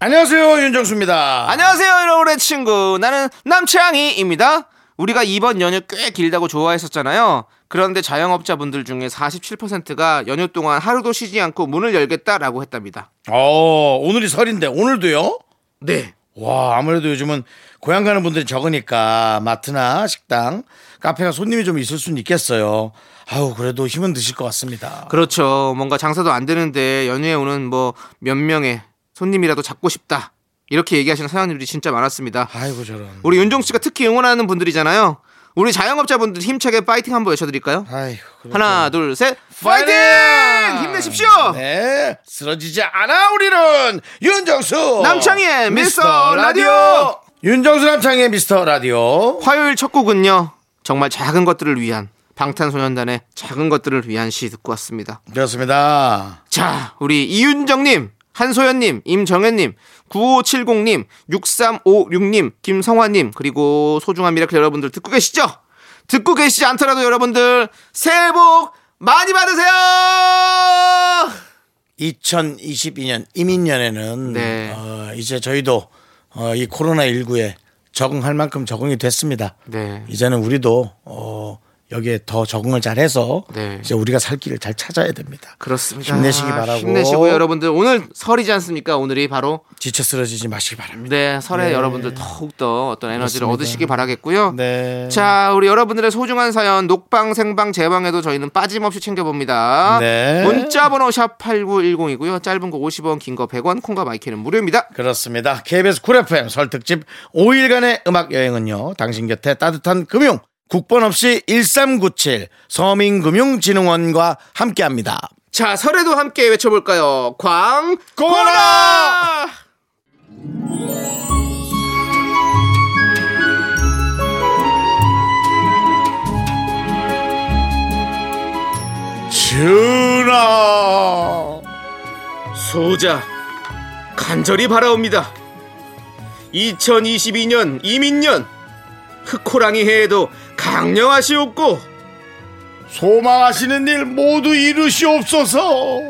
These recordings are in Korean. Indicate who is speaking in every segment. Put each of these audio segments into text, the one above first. Speaker 1: 안녕하세요 윤정수입니다.
Speaker 2: 안녕하세요, 여러분의 친구. 나는 남창희입니다. 우리가 이번 연휴 꽤 길다고 좋아했었잖아요. 그런데 자영업자분들 중에 47%가 연휴 동안 하루도 쉬지 않고 문을 열겠다라고 했답니다.
Speaker 1: 어 오늘이 설인데 오늘도요?
Speaker 2: 네.
Speaker 1: 와 아무래도 요즘은 고향 가는 분들이 적으니까 마트나 식당, 카페가 손님이 좀 있을 수는 있겠어요. 아우 그래도 힘은 드실 것 같습니다.
Speaker 2: 그렇죠. 뭔가 장사도 안 되는데 연휴에 오는 뭐 몇 명의 손님이라도 잡고 싶다. 이렇게 얘기하시는 사장님들이 진짜 많았습니다.
Speaker 1: 아이고 저런.
Speaker 2: 우리 윤종 씨가 특히 응원하는 분들이잖아요. 우리 자영업자분들 힘차게 파이팅 한번 외쳐드릴까요?
Speaker 1: 아이고. 그렇죠.
Speaker 2: 하나, 둘, 셋. 파이팅! 힘내십시오!
Speaker 1: 네, 쓰러지지 않아 우리는 윤정수
Speaker 2: 남창희의 미스터 라디오!
Speaker 1: 윤정수 남창희의 미스터 라디오.
Speaker 2: 화요일 첫 곡은요 정말 작은 것들을 위한 방탄소년단의 작은 것들을 위한 시 듣고 왔습니다
Speaker 1: 그렇습니다.
Speaker 2: 자 우리 이윤정님 한소연님 임정현님 9570님 6356님 김성화님 그리고 소중한 미라클 여러분들 듣고 계시죠 듣고 계시지 않더라도 여러분들 새해 복 많이 받으세요
Speaker 1: 2022년 이민년에는
Speaker 2: 네.
Speaker 1: 어, 이제 저희도 어, 이 코로나 19에 적응할 만큼 적응이 됐습니다.
Speaker 2: 네
Speaker 1: 이제는 우리도 어, 여기에 더 적응을 잘해서
Speaker 2: 네.
Speaker 1: 이제 우리가 살 길을 잘 찾아야 됩니다.
Speaker 2: 그렇습니다
Speaker 1: 힘내시기 바라고.
Speaker 2: 아, 힘내시고요 여러분들 오늘 설이지 않습니까 오늘이 바로
Speaker 1: 지쳐 쓰러지지 마시기 바랍니다.
Speaker 2: 네, 설에 여러분들 더욱더 어떤 에너지를 얻으시기 바라겠고요.
Speaker 1: 네.
Speaker 2: 자, 우리 여러분들의 소중한 사연 녹방, 생방, 재방에도 저희는 빠짐없이 챙겨봅니다.
Speaker 1: 네.
Speaker 2: 문자번호 샵 8910이고요. 짧은 거 50원, 긴 거 100원, 콩과 마이크는 무료입니다.
Speaker 1: 그렇습니다. KBS 쿨 FM 설 특집 5일간의 음악 여행은요. 당신 곁에 따뜻한 금융 국번 없이 1397 서민금융진흥원과 함께합니다.
Speaker 2: 자, 설에도 함께 외쳐볼까요? 광,
Speaker 1: 고라! 준아
Speaker 2: 소자, 간절히 바라옵니다. 2022년 이민년, 흑호랑이 해에도 강령하시옵고,
Speaker 1: 소망하시는 일 모두 이루시옵소서.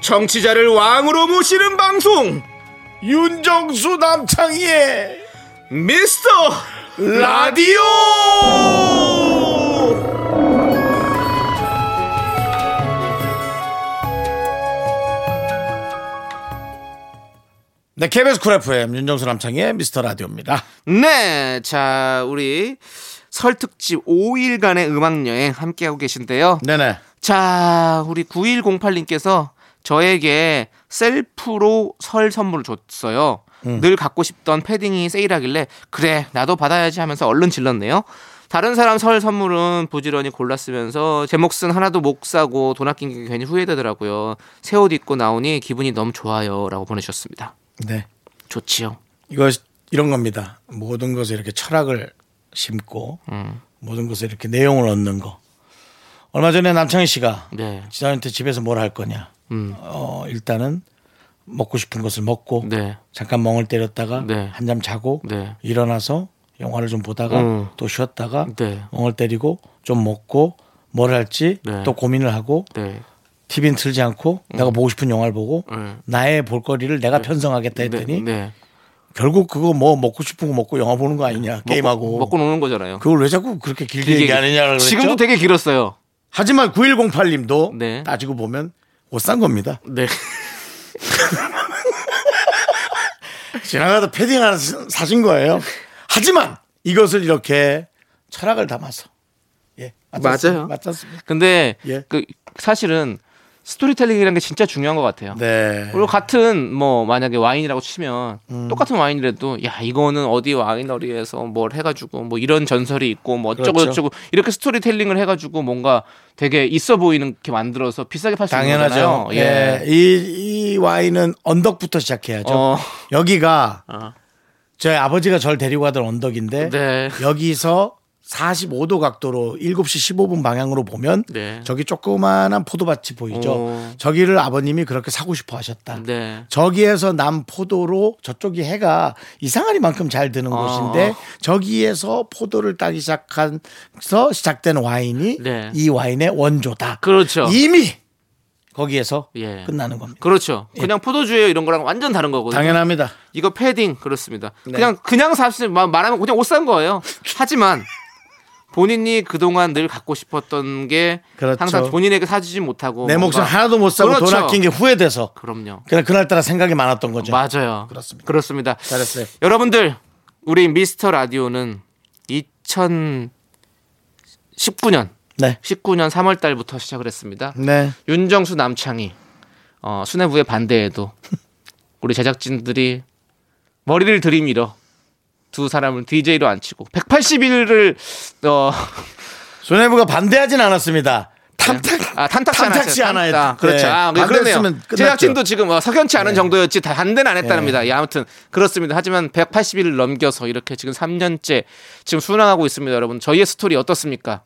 Speaker 2: 정치자를 왕으로 모시는 방송
Speaker 1: 윤정수 남창희의
Speaker 2: 미스터
Speaker 1: 라디오. 네, KBS 쿨 FM 윤정수 남창희의 미스터 라디오입니다.
Speaker 2: 네, 자 우리 설 특집 5일간의 음악 여행 함께하고 계신데요.
Speaker 1: 네네.
Speaker 2: 자 우리 9108님께서 저에게 셀프로 설 선물을 줬어요.
Speaker 1: 음.
Speaker 2: 늘 갖고 싶던 패딩이 세일하길래 그래 나도 받아야지 하면서 얼른 질렀네요. 다른 사람 설 선물은 부지런히 골라 쓰면서 제 몫은 하나도 못 사고 돈 아낀 게 괜히 후회되더라고요. 새 옷 입고 나오니 기분이 너무 좋아요라고 보내셨습니다.
Speaker 1: 네.
Speaker 2: 좋지요.
Speaker 1: 이거 이런 겁니다. 모든 것에 이렇게 철학을 심고 모든 것에 이렇게 내용을 얻는 거. 얼마 전에 남창희 씨가
Speaker 2: 네.
Speaker 1: 지난한테 집에서 뭘 할 거냐.
Speaker 2: 음.
Speaker 1: 어, 일단은 먹고 싶은 것을 먹고
Speaker 2: 네.
Speaker 1: 잠깐 멍을 때렸다가
Speaker 2: 네.
Speaker 1: 한잠 자고
Speaker 2: 네.
Speaker 1: 일어나서 영화를 좀 보다가
Speaker 2: 음.
Speaker 1: 또 쉬었다가
Speaker 2: 네.
Speaker 1: 멍을 때리고 좀 먹고 뭘 할지
Speaker 2: 네.
Speaker 1: 또 고민을 하고
Speaker 2: 네.
Speaker 1: TV는 틀지 않고 내가 보고 싶은 영화를 보고
Speaker 2: 음.
Speaker 1: 나의 볼거리를 내가 편성하겠다
Speaker 2: 네,
Speaker 1: 했더니
Speaker 2: 네.
Speaker 1: 결국 그거 뭐 먹고 싶은 거 먹고 영화 보는 거 아니냐 게임하고
Speaker 2: 먹고, 먹고 노는 거잖아요.
Speaker 1: 그걸 왜 자꾸 그렇게 길게
Speaker 2: 되게-
Speaker 1: 얘기하느냐라고 그랬죠?
Speaker 2: 지금도 되게 길었어요.
Speaker 1: 하지만 9108님도
Speaker 2: 네.
Speaker 1: 따지고 보면 못 산 겁니다.
Speaker 2: 네.
Speaker 1: 지나가다 패딩 하나 사- 사신 거예요. 하지만 이것을 이렇게 철학을 담아서 예 맞지 않습-
Speaker 2: 맞아요.
Speaker 1: 맞지 않습니까?
Speaker 2: 근데
Speaker 1: 예.
Speaker 2: 그 사실은 스토리텔링이라는 게 진짜 중요한 것 같아요.
Speaker 1: 네.
Speaker 2: 그리고 같은 뭐 만약에 와인이라고 치면
Speaker 1: 음.
Speaker 2: 똑같은 와인이라도 야 이거는 어디 와이너리에서 뭘 해가지고 뭐 이런 전설이 있고 뭐 어쩌고
Speaker 1: 그렇죠.
Speaker 2: 저쩌고 이렇게 스토리텔링을 해가지고 뭔가 되게 있어 보이는 게 만들어서 비싸게 팔 수 있는
Speaker 1: 당연하죠.
Speaker 2: 거잖아요.
Speaker 1: 예. 이, 이 와인은 언덕부터 시작해야죠.
Speaker 2: 어.
Speaker 1: 여기가
Speaker 2: 어.
Speaker 1: 저희 아버지가 절 데리고 가던 언덕인데
Speaker 2: 네.
Speaker 1: 여기서 45도 각도로 7시 15분 방향으로 보면
Speaker 2: 네.
Speaker 1: 저기 조그마한 포도밭이 보이죠.
Speaker 2: 오.
Speaker 1: 저기를 아버님이 그렇게 사고 싶어 하셨다.
Speaker 2: 네.
Speaker 1: 저기에서 난 포도로 저쪽이 해가 이상하리만큼 잘 드는
Speaker 2: 아.
Speaker 1: 곳인데 저기에서 포도를 따기 시작한서 시작된 와인이
Speaker 2: 네.
Speaker 1: 이 와인의 원조다.
Speaker 2: 그렇죠.
Speaker 1: 이미 거기에서
Speaker 2: 예.
Speaker 1: 끝나는 겁니다.
Speaker 2: 그렇죠. 그냥 포도주예요 이런 거랑 완전 다른 거거든요.
Speaker 1: 당연합니다.
Speaker 2: 이거 패딩 그렇습니다.
Speaker 1: 네.
Speaker 2: 그냥 그냥 사실 마- 말하면 그냥 옷 산 거예요. 하지만 본인이 그동안 늘 갖고 싶었던 게
Speaker 1: 그렇죠.
Speaker 2: 항상 본인에게 사주지 못하고
Speaker 1: 내
Speaker 2: 뭔가-
Speaker 1: 목숨 하나도 못 사고 돈
Speaker 2: 그렇죠.
Speaker 1: 아낀 게 후회돼서
Speaker 2: 그럼요.
Speaker 1: 그냥 그날따라 생각이 많았던 거죠.
Speaker 2: 맞아요.
Speaker 1: 그렇습니다.
Speaker 2: 그렇습니다.
Speaker 1: 잘했어요.
Speaker 2: 여러분들 우리 미스터 라디오는 2019년
Speaker 1: 네.
Speaker 2: 19년 3월 달부터 시작을 했습니다.
Speaker 1: 네.
Speaker 2: 윤정수 남창희 어, 수뇌부의 반대에도 우리 제작진들이 머리를 들이밀어 두 사람을 DJ로 앉히고 180일을 어,
Speaker 1: 손해부가 반대하진 않았습니다. 탐탁
Speaker 2: 아, 탄탁지 않았어요.
Speaker 1: 탐탁지 않아요.
Speaker 2: 탄탁. 그렇죠.
Speaker 1: 네.
Speaker 2: 아, 그러네요.
Speaker 1: 반대했으면 끝났죠.
Speaker 2: 제작진도 지금 어, 석연치 않은 정도였지 다 반대는 안 했답니다. 예, 아무튼 그렇습니다. 하지만 180일을 넘겨서 이렇게 지금 3년째 지금 순항하고 있습니다, 여러분. 저희의 스토리 어떻습니까?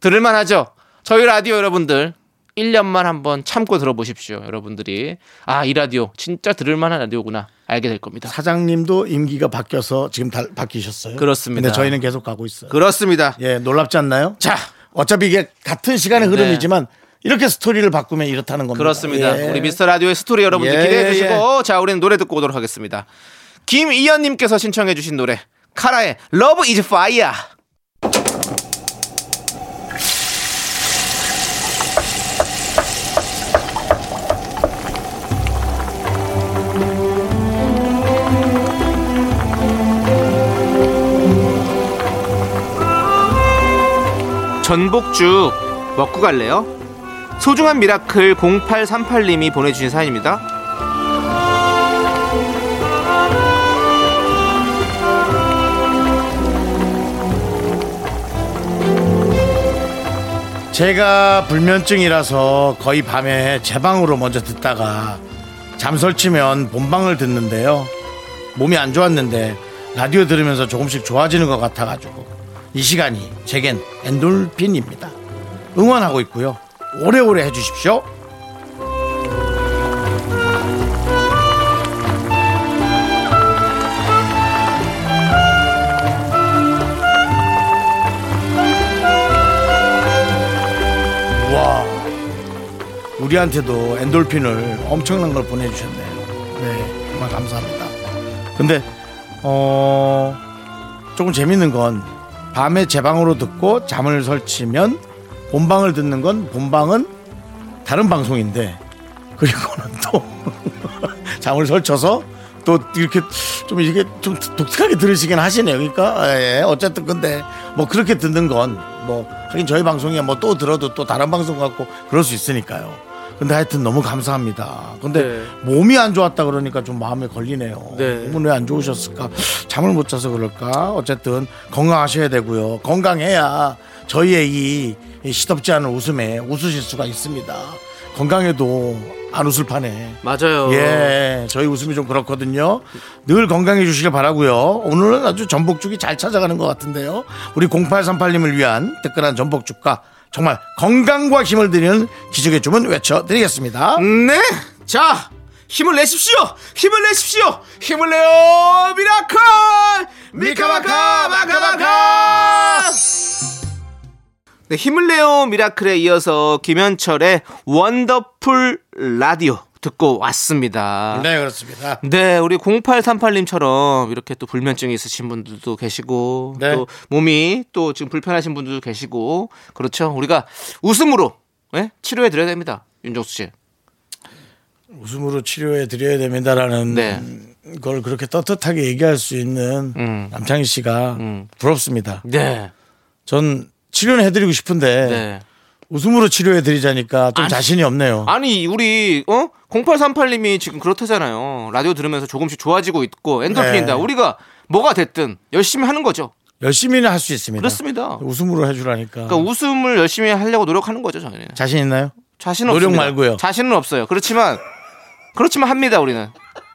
Speaker 2: 들을만 하죠. 저희 라디오 여러분들 1년만 한번 참고 들어보십시오, 여러분들이. 아, 이 라디오 진짜 들을만한 라디오구나 알게 될 겁니다.
Speaker 1: 사장님도 임기가 바뀌어서 지금 달, 바뀌셨어요.
Speaker 2: 그렇습니다.
Speaker 1: 근데 저희는 계속 가고 있어요.
Speaker 2: 그렇습니다.
Speaker 1: 예, 놀랍지 않나요?
Speaker 2: 자,
Speaker 1: 어차피 이게 같은 시간의 흐름이지만 이렇게 스토리를 바꾸면 이렇다는 겁니다.
Speaker 2: 네. 그렇습니다.
Speaker 1: 예.
Speaker 2: 우리 미스터 라디오의 스토리 여러분들
Speaker 1: 예,
Speaker 2: 기대해 주시고 자 우리는 노래 듣고 오도록 하겠습니다. 김이연 님께서 신청해 주신 노래 카라의 러브 이즈 파이어. 전복죽 먹고 갈래요? 소중한 미라클 0838님이 보내주신 사연입니다.
Speaker 1: 제가 불면증이라서 거의 밤에 제 방으로 먼저 듣다가 잠설치면 본방을 듣는데요. 몸이 안 좋았는데 라디오 들으면서 조금씩 좋아지는 것 같아가지고 이 시간이 제겐 엔돌핀입니다. 응원하고 있고요. 오래오래 해주십시오. 와 우리한테도 엔돌핀을 엄청난 걸 보내주셨네요. 네 정말 감사합니다. 근데 어 조금 재밌는 건 밤에 제 방으로 듣고 잠을 설치면 본방을 듣는 건 본방은 다른 방송인데 그리고는 또 잠을 설쳐서 또 이렇게 좀 이게 좀 독특하게 들으시긴 하시네요. 그러니까 예, 어쨌든 근데 뭐 그렇게 듣는 건 뭐 하긴 저희 방송에 뭐 또 들어도 또 다른 방송 같고 그럴 수 있으니까요. 근데 하여튼 너무 감사합니다. 근데
Speaker 2: 네.
Speaker 1: 몸이 안 좋았다 그러니까 좀 마음에 걸리네요.
Speaker 2: 네.
Speaker 1: 몸은 왜 안 좋으셨을까? 잠을 못 자서 그럴까? 어쨌든 건강하셔야 되고요. 건강해야 저희의 이 시덥지 않은 웃음에 웃으실 수가 있습니다. 건강해도 안 웃을 판에
Speaker 2: 맞아요.
Speaker 1: 예, 저희 웃음이 좀 그렇거든요. 늘 건강해 주시길 바라고요. 오늘은 아주 전복죽이 잘 찾아가는 것 같은데요. 우리 0838님을 위한 뜨끈한 전복죽과 정말 건강과 힘을 드리는 기적의 주문 외쳐드리겠습니다.
Speaker 2: 네. 자 힘을 내십시오. 힘을 내십시오. 힘을 내요 미라클 미카마카 마카마카. 네, 힘을 내요 미라클에 이어서 김현철의 원더풀 라디오 듣고 왔습니다.
Speaker 1: 네, 그렇습니다.
Speaker 2: 네, 우리 0838님처럼 이렇게 또 불면증이 있으신 분들도 계시고
Speaker 1: 네.
Speaker 2: 또 몸이 또 지금 불편하신 분들도 계시고 그렇죠. 우리가 웃음으로 예? 치료해 드려야 됩니다. 윤정수 씨.
Speaker 1: 웃음으로 치료해 드려야 됩니다라는
Speaker 2: 네.
Speaker 1: 걸 그렇게 떳떳하게 얘기할 수 있는
Speaker 2: 음.
Speaker 1: 남창희 씨가 부럽습니다.
Speaker 2: 네.
Speaker 1: 전 치료는 해드리고 싶은데
Speaker 2: 네.
Speaker 1: 웃음으로 치료해 드리자니까 좀
Speaker 2: 아니.
Speaker 1: 자신이 없네요.
Speaker 2: 아니 우리 어 0838님이 지금 그렇다잖아요. 라디오 들으면서 조금씩 좋아지고 있고 엔돌핀이다.
Speaker 1: 네.
Speaker 2: 우리가 뭐가 됐든 열심히 하는 거죠.
Speaker 1: 열심히는 할 수 있습니다.
Speaker 2: 그렇습니다.
Speaker 1: 웃음으로 해주라니까.
Speaker 2: 그러니까 웃음을 열심히 하려고 노력하는 거죠 저희는.
Speaker 1: 자신 있나요?
Speaker 2: 자신은
Speaker 1: 노력
Speaker 2: 없습니다.
Speaker 1: 말고요.
Speaker 2: 자신은 없어요. 그렇지만 그렇지만 합니다 우리는.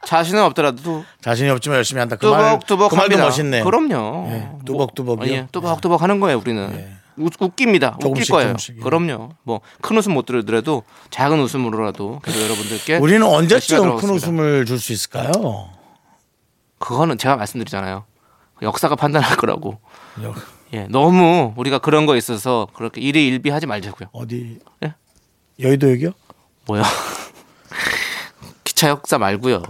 Speaker 2: 자신은 없더라도
Speaker 1: 자신이 없지만 열심히 한다. 그 말,
Speaker 2: 뚜벅뚜벅
Speaker 1: 그 말도
Speaker 2: 합니다.
Speaker 1: 멋있네요.
Speaker 2: 그럼요.
Speaker 1: 예, 뚜벅뚜벅이요?
Speaker 2: 예, 뚜벅뚜벅 하는 거예요 우리는. 웃, 웃깁니다. 웃길
Speaker 1: 조금씩,
Speaker 2: 거예요.
Speaker 1: 조금씩, 예.
Speaker 2: 그럼요. 뭐 큰 웃음 못 들으더라도 작은 웃음으로라도 계속 여러분들께
Speaker 1: 우리는
Speaker 2: 열심히
Speaker 1: 언제쯤 큰
Speaker 2: 돌아오겠습니다.
Speaker 1: 웃음을 줄 수 있을까요?
Speaker 2: 그거는 제가 말씀드리잖아요. 역사가 판단할 거라고.
Speaker 1: 여-
Speaker 2: 예, 너무 우리가 그런 거에 있어서 그렇게 일이 일비하지 말자고요.
Speaker 1: 어디?
Speaker 2: 예?
Speaker 1: 여의도역이요?
Speaker 2: 뭐야? 기차 역사 말고요.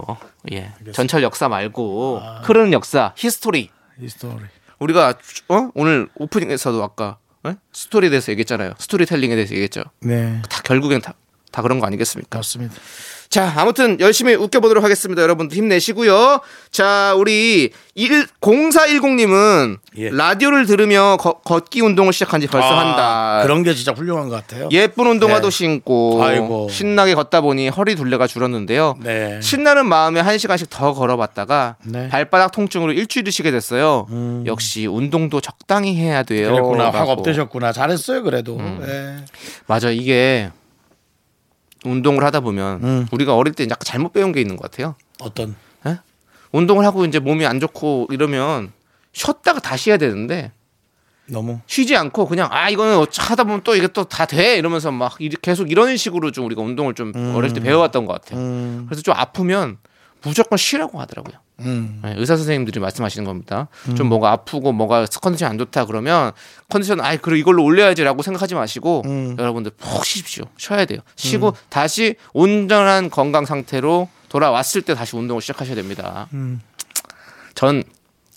Speaker 2: 예, 전철 역사 말고
Speaker 1: 아.
Speaker 2: 흐르는 역사, 히스토리.
Speaker 1: 이 스토리.
Speaker 2: 우리가 어? 오늘 오프닝에서도 아까 예? 스토리에 대해서 얘기했잖아요. 스토리텔링에 대해서 얘기했죠.
Speaker 1: 네.
Speaker 2: 다 결국엔 다, 다 그런 거 아니겠습니까?
Speaker 1: 맞습니다.
Speaker 2: 자, 아무튼 열심히 웃겨보도록 하겠습니다. 여러분들 힘내시고요. 자, 우리 1, 0410님은
Speaker 1: 예. 아,
Speaker 2: 라디오를 들으며 거- 걷기 운동을 시작한 지 벌써 한 달.
Speaker 1: 그런 게 진짜 훌륭한 것 같아요.
Speaker 2: 예쁜 운동화도
Speaker 1: 네.
Speaker 2: 신고
Speaker 1: 아이고.
Speaker 2: 신나게 걷다 보니 허리 둘레가 줄었는데요.
Speaker 1: 네.
Speaker 2: 신나는 마음에 한 시간씩 더 걸어봤다가
Speaker 1: 네. 음.
Speaker 2: 발바닥 통증으로 일주일을 쉬게 됐어요. 역시 운동도 적당히 해야 돼요.
Speaker 1: 그랬구나. 확
Speaker 2: 라고. 음.
Speaker 1: 업되셨구나. 잘했어요, 그래도. 예.
Speaker 2: 맞아 이게 운동을 하다 보면
Speaker 1: 음.
Speaker 2: 우리가 어릴 때 약간 잘못 배운 게 있는 것 같아요.
Speaker 1: 어떤
Speaker 2: 예? 운동을 하고 이제 몸이 안 좋고 이러면 쉬었다가 다시 해야 되는데
Speaker 1: 너무
Speaker 2: 쉬지 않고 그냥 아 이거는 어차- 하다 보면 또 이게 또 다 돼 이러면서 막 이리- 계속 이런 식으로 좀 우리가 운동을 좀 어릴 때 배워왔던 것 같아요. 그래서 좀 아프면 무조건 쉬라고 하더라고요.
Speaker 1: 음.
Speaker 2: 예, 의사 선생님들이 말씀하시는 겁니다. 좀 뭐가 아프고 뭐가 컨디션 안 좋다 그러면 컨디션 아이 그리고 이걸로 올려야지라고 생각하지 마시고 여러분들 푹 쉬십시오. 쉬어야 돼요. 쉬고 다시 온전한 건강 상태로 돌아왔을 때 다시 운동을 시작하셔야 됩니다. 전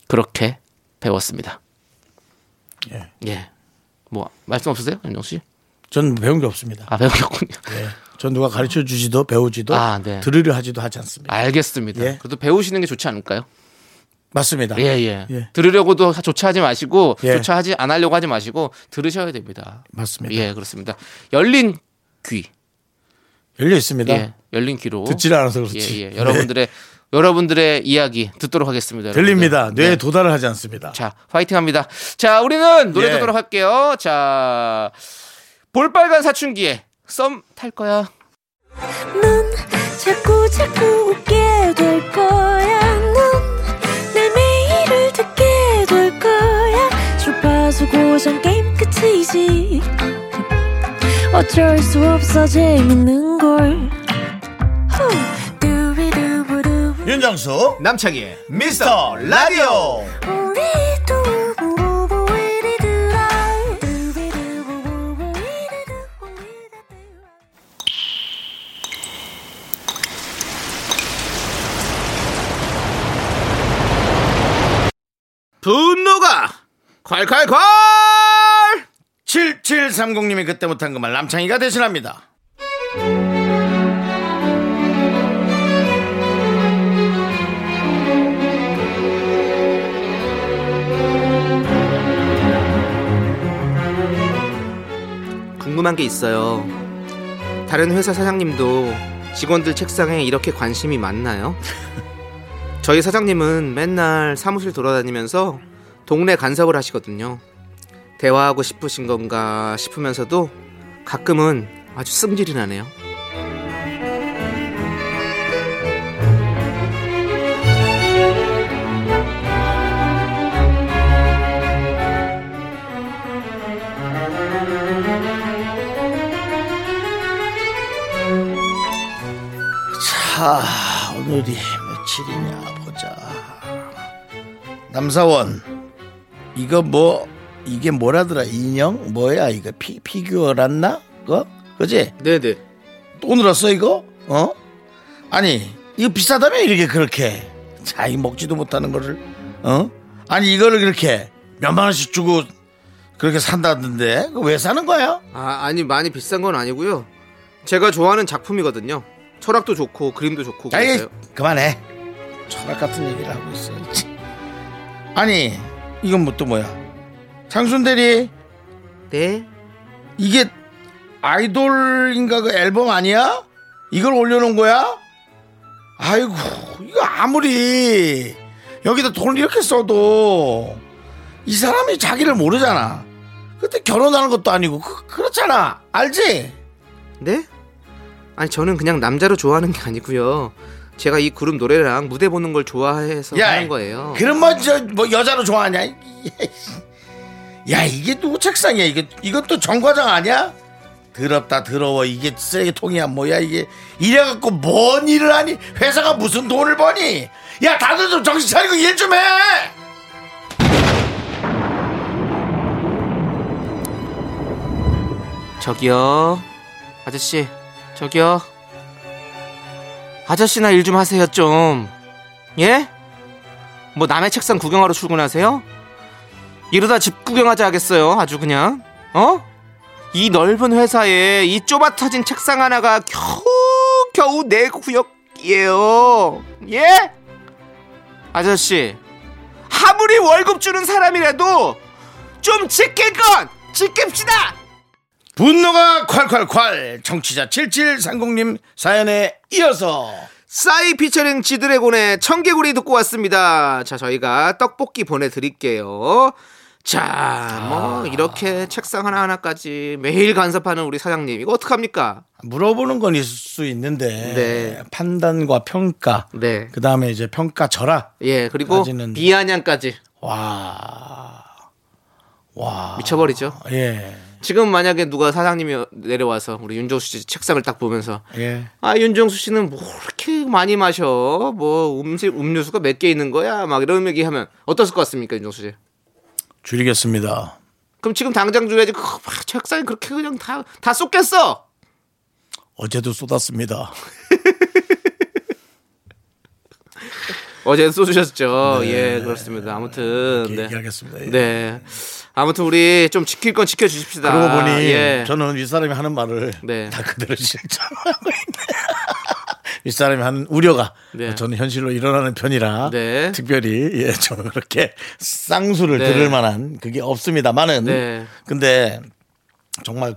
Speaker 2: 그렇게 배웠습니다.
Speaker 1: 예.
Speaker 2: 예. 뭐 말씀 없으세요, 윤정 씨?
Speaker 1: 전 배운 게 없습니다.
Speaker 2: 아 배우셨군요.
Speaker 1: 예. 전 누가 가르쳐 주지도 배우지도
Speaker 2: 아, 네.
Speaker 1: 들으려 하지도 하지 않습니다.
Speaker 2: 알겠습니다.
Speaker 1: 예.
Speaker 2: 그래도 배우시는 게 좋지 않을까요?
Speaker 1: 맞습니다.
Speaker 2: 예, 예.
Speaker 1: 예.
Speaker 2: 들으려고도 조차하지 마시고
Speaker 1: 예.
Speaker 2: 조차하지 안 하려고 하지 마시고 들으셔야 됩니다.
Speaker 1: 맞습니다.
Speaker 2: 예, 그렇습니다. 열린 귀.
Speaker 1: 열려 있습니다.
Speaker 2: 예. 열린 귀로
Speaker 1: 듣질 않아서 그렇지. 네.
Speaker 2: 예, 예. 여러분들의 여러분들의 이야기 듣도록 하겠습니다. 여러분들.
Speaker 1: 들립니다. 뇌에
Speaker 2: 네.
Speaker 1: 도달을 하지 않습니다.
Speaker 2: 자, 파이팅합니다. 자, 우리는 노래
Speaker 1: 예.
Speaker 2: 듣도록 할게요. 자, 볼빨간 사춘기에 썸 탈 거야.
Speaker 3: 넌 자꾸 자꾸 웃게 될 거야. 넌내 매일을 듣게 될 거야. 주파수 고정 게임 끝이지. 어쩔 수 없어 재밌는 걸. 후. 두비두부두.
Speaker 1: 윤정수
Speaker 2: 남창희의
Speaker 1: 미스터 라디오.
Speaker 3: 우리 두부부부 우리들아. 두비두부부부 우리들아. 우리들아.
Speaker 2: 분노가 콸콸콸!
Speaker 1: 7730님이 그때 못한 그 말 남창희가 대신합니다.
Speaker 2: 궁금한 게 있어요. 다른 회사 사장님도 직원들 책상에 이렇게 관심이 많나요? 저희 사장님은 맨날 사무실 돌아다니면서 동네 간섭을 하시거든요. 대화하고 싶으신 건가 싶으면서도 가끔은 아주 씀질이 나네요.
Speaker 1: 자, 오늘이 며칠이냐 보자. 남사원, 이거 뭐 이게 뭐라더라? 인형 뭐야 이거 피 피규어란나? 그거 그지?
Speaker 2: 네네.
Speaker 1: 또 늘었어 이거? 어? 아니 이거 비싸다며 이렇게 그렇게 자이 먹지도 못하는 거를 어? 아니 이거를 그렇게 몇만 원씩 주고 그렇게 산다던데 그거 왜 사는 거야?
Speaker 2: 아, 아니 많이 비싼 건 아니고요. 제가 좋아하는 작품이거든요. 철학도 좋고 그림도 좋고
Speaker 1: 야, 이
Speaker 2: 그래서요.
Speaker 1: 그만해. 철학 같은 얘기를 하고 있어. 치. 아니, 이건 뭐 또 뭐야? 장순 대리,
Speaker 2: 네.
Speaker 1: 이게 아이돌인가 그 앨범 아니야? 이걸 올려놓은 거야? 아이고 이거 아무리 여기다 돈을 이렇게 써도 이 사람이 자기를 모르잖아. 그때 결혼하는 것도 아니고 그, 그렇잖아. 알지?
Speaker 2: 네? 아니 저는 그냥 남자로 좋아하는 게 아니고요. 제가 이 그룹 노래랑 무대 보는 걸 좋아해서 하는 거예요.
Speaker 1: 그런 뭐저뭐 여자로 좋아하냐? 이- 야 이게 누구 책상이야? 이게 이것도 정과장 아니야? 더럽다 더러워 이게 쓰레기통이야 뭐야 이게 이래갖고 뭔 일을 하니 회사가 무슨 돈을 버니 야 다들 좀 정신 차리고 일 좀 해
Speaker 2: 저기요. 아저씨. 저기요. 아저씨나 일 좀 하세요 좀. 예? 뭐 남의 책상 구경하러 출근하세요? 이러다 집 구경하자 하겠어요. 아주 그냥. 어? 이 넓은 회사에 이 쪼바터진 책상 하나가 겨우 겨우 내 구역이에요. 예? 아저씨. 아무리 월급 주는 사람이라도 좀 지킬 건 지킵시다.
Speaker 1: 분노가 콸콸콸 정치자 7730님 사연에 이어서
Speaker 2: 싸이 피처링 지드래곤의 청개구리 듣고 왔습니다. 자, 저희가 떡볶이 보내드릴게요. 자, 뭐,
Speaker 1: 아.
Speaker 2: 이렇게 책상 하나하나까지 매일 간섭하는 우리 사장님, 이거 어떡합니까?
Speaker 1: 물어보는 건 있을 수 있는데
Speaker 2: 네.
Speaker 1: 판단과 평가
Speaker 2: 네.
Speaker 1: 그 다음에 이제 평가 절하
Speaker 2: 예, 그리고
Speaker 1: 까지는-
Speaker 2: 비아냥까지
Speaker 1: 와. 와.
Speaker 2: 미쳐버리죠.
Speaker 1: 예.
Speaker 2: 지금 만약에 누가 사장님이 내려와서 우리 윤정수 씨 책상을 딱 보면서
Speaker 1: 예.
Speaker 2: 아, 윤정수 씨는 뭐 이렇게 많이 마셔? 뭐 음식, 음료수가 몇 개 있는 거야? 막 이런 얘기하면 어떠실 것 같습니까, 윤정수 씨?
Speaker 1: 줄이겠습니다.
Speaker 2: 그럼 지금 당장 줘야지. 그, 막 책상에 그렇게 그냥 다, 다 쏟겠어!
Speaker 1: 어제도 쏟았습니다.
Speaker 2: 어제 쏘주셨죠. 예, 그렇습니다. 아무튼
Speaker 1: 네. 이렇게
Speaker 2: 네.
Speaker 1: 얘기하겠습니다. 예.
Speaker 2: 네. 아무튼 우리 좀 지킬 건 지켜 주십시다. 예.
Speaker 1: 그러고 보니 저는 윗사람이 하는 말을
Speaker 2: 아, 네.
Speaker 1: 다 그대로 실천하고 있네. 윗사람이 하는 우려가
Speaker 2: 네.
Speaker 1: 저는 현실로 일어나는 편이라
Speaker 2: 네.
Speaker 1: 특별히 예, 저는 그렇게 쌍수를
Speaker 2: 네.
Speaker 1: 들을 만한 그게 없습니다만은
Speaker 2: 네.
Speaker 1: 근데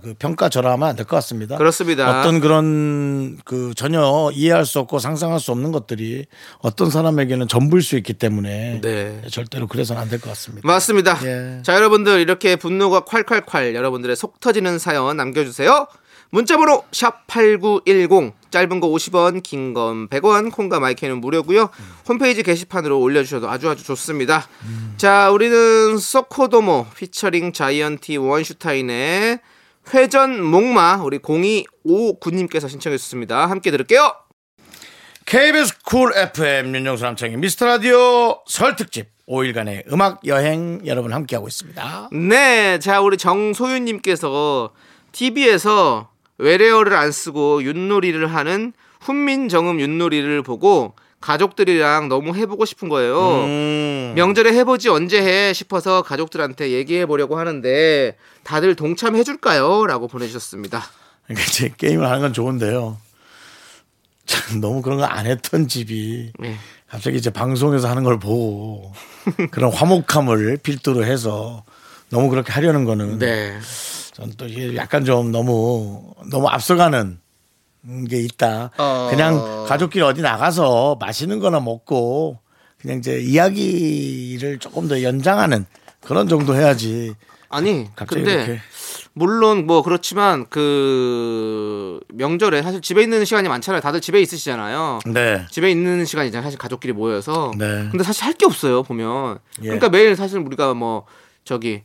Speaker 1: 정말 그 평가 절하면 안 될 것 같습니다.
Speaker 2: 그렇습니다.
Speaker 1: 어떤 그런 그 전혀 이해할 수 없고 상상할 수 없는 것들이 어떤 사람에게는 전부일 수 있기 때문에
Speaker 2: 네.
Speaker 1: 절대로 그래서는 안 될 것 같습니다.
Speaker 2: 맞습니다.
Speaker 1: 예.
Speaker 2: 자, 여러분들 이렇게 분노가 콸콸콸 여러분들의 속 터지는 사연 남겨 주세요. 문자 번호 샵8910 짧은 거 50원, 긴 건 100원, 콩과 마이크는 무료고요. 홈페이지 게시판으로 올려 주셔도 아주 아주 좋습니다. 자, 우리는 서코도모 피처링 자이언티 원슈타인의 회전 목마 우리 0259님께서 신청해 주셨습니다. 함께 들을게요.
Speaker 1: KBS 쿨 FM 윤정수 남창희 미스터 라디오 설 특집 5일간의 음악 여행 여러분 함께하고 있습니다.
Speaker 2: 네, 자 우리 정소윤님께서 TV에서 외래어를 안 쓰고 윷놀이를 하는 훈민정음 윷놀이를 보고 가족들이랑 너무 해보고 싶은 거예요.
Speaker 1: 음.
Speaker 2: 명절에 해보지 언제 해 싶어서 가족들한테 얘기해 보려고 하는데 다들 동참해 줄까요?라고 보내주셨습니다.
Speaker 1: 그러니까 이제 게임을 하는 건 좋은데요. 참 너무 그런 거 안 했던 집이
Speaker 2: 네.
Speaker 1: 갑자기 이제 방송에서 하는 걸 보고 그런 화목함을 필두로 해서 너무 그렇게 하려는 거는
Speaker 2: 네,
Speaker 1: 전 또 약간 좀 너무 너무 앞서가는 게 있다.
Speaker 2: 어.
Speaker 1: 그냥 가족끼리 어디 나가서 맛있는 거나 먹고 그냥 이제 이야기를 조금 더 연장하는 그런 정도 해야지.
Speaker 2: 아니
Speaker 1: 갑자기
Speaker 2: 근데
Speaker 1: 이렇게.
Speaker 2: 물론 뭐 그렇지만 그 명절에 사실 집에 있는 시간이 많잖아요. 다들 집에 있으시잖아요.
Speaker 1: 네.
Speaker 2: 집에 있는 시간이잖아요. 사실 가족끼리 모여서.
Speaker 1: 네.
Speaker 2: 근데 사실 할 게 없어요, 보면.
Speaker 1: 예.
Speaker 2: 그러니까 매일 사실 우리가 뭐 저기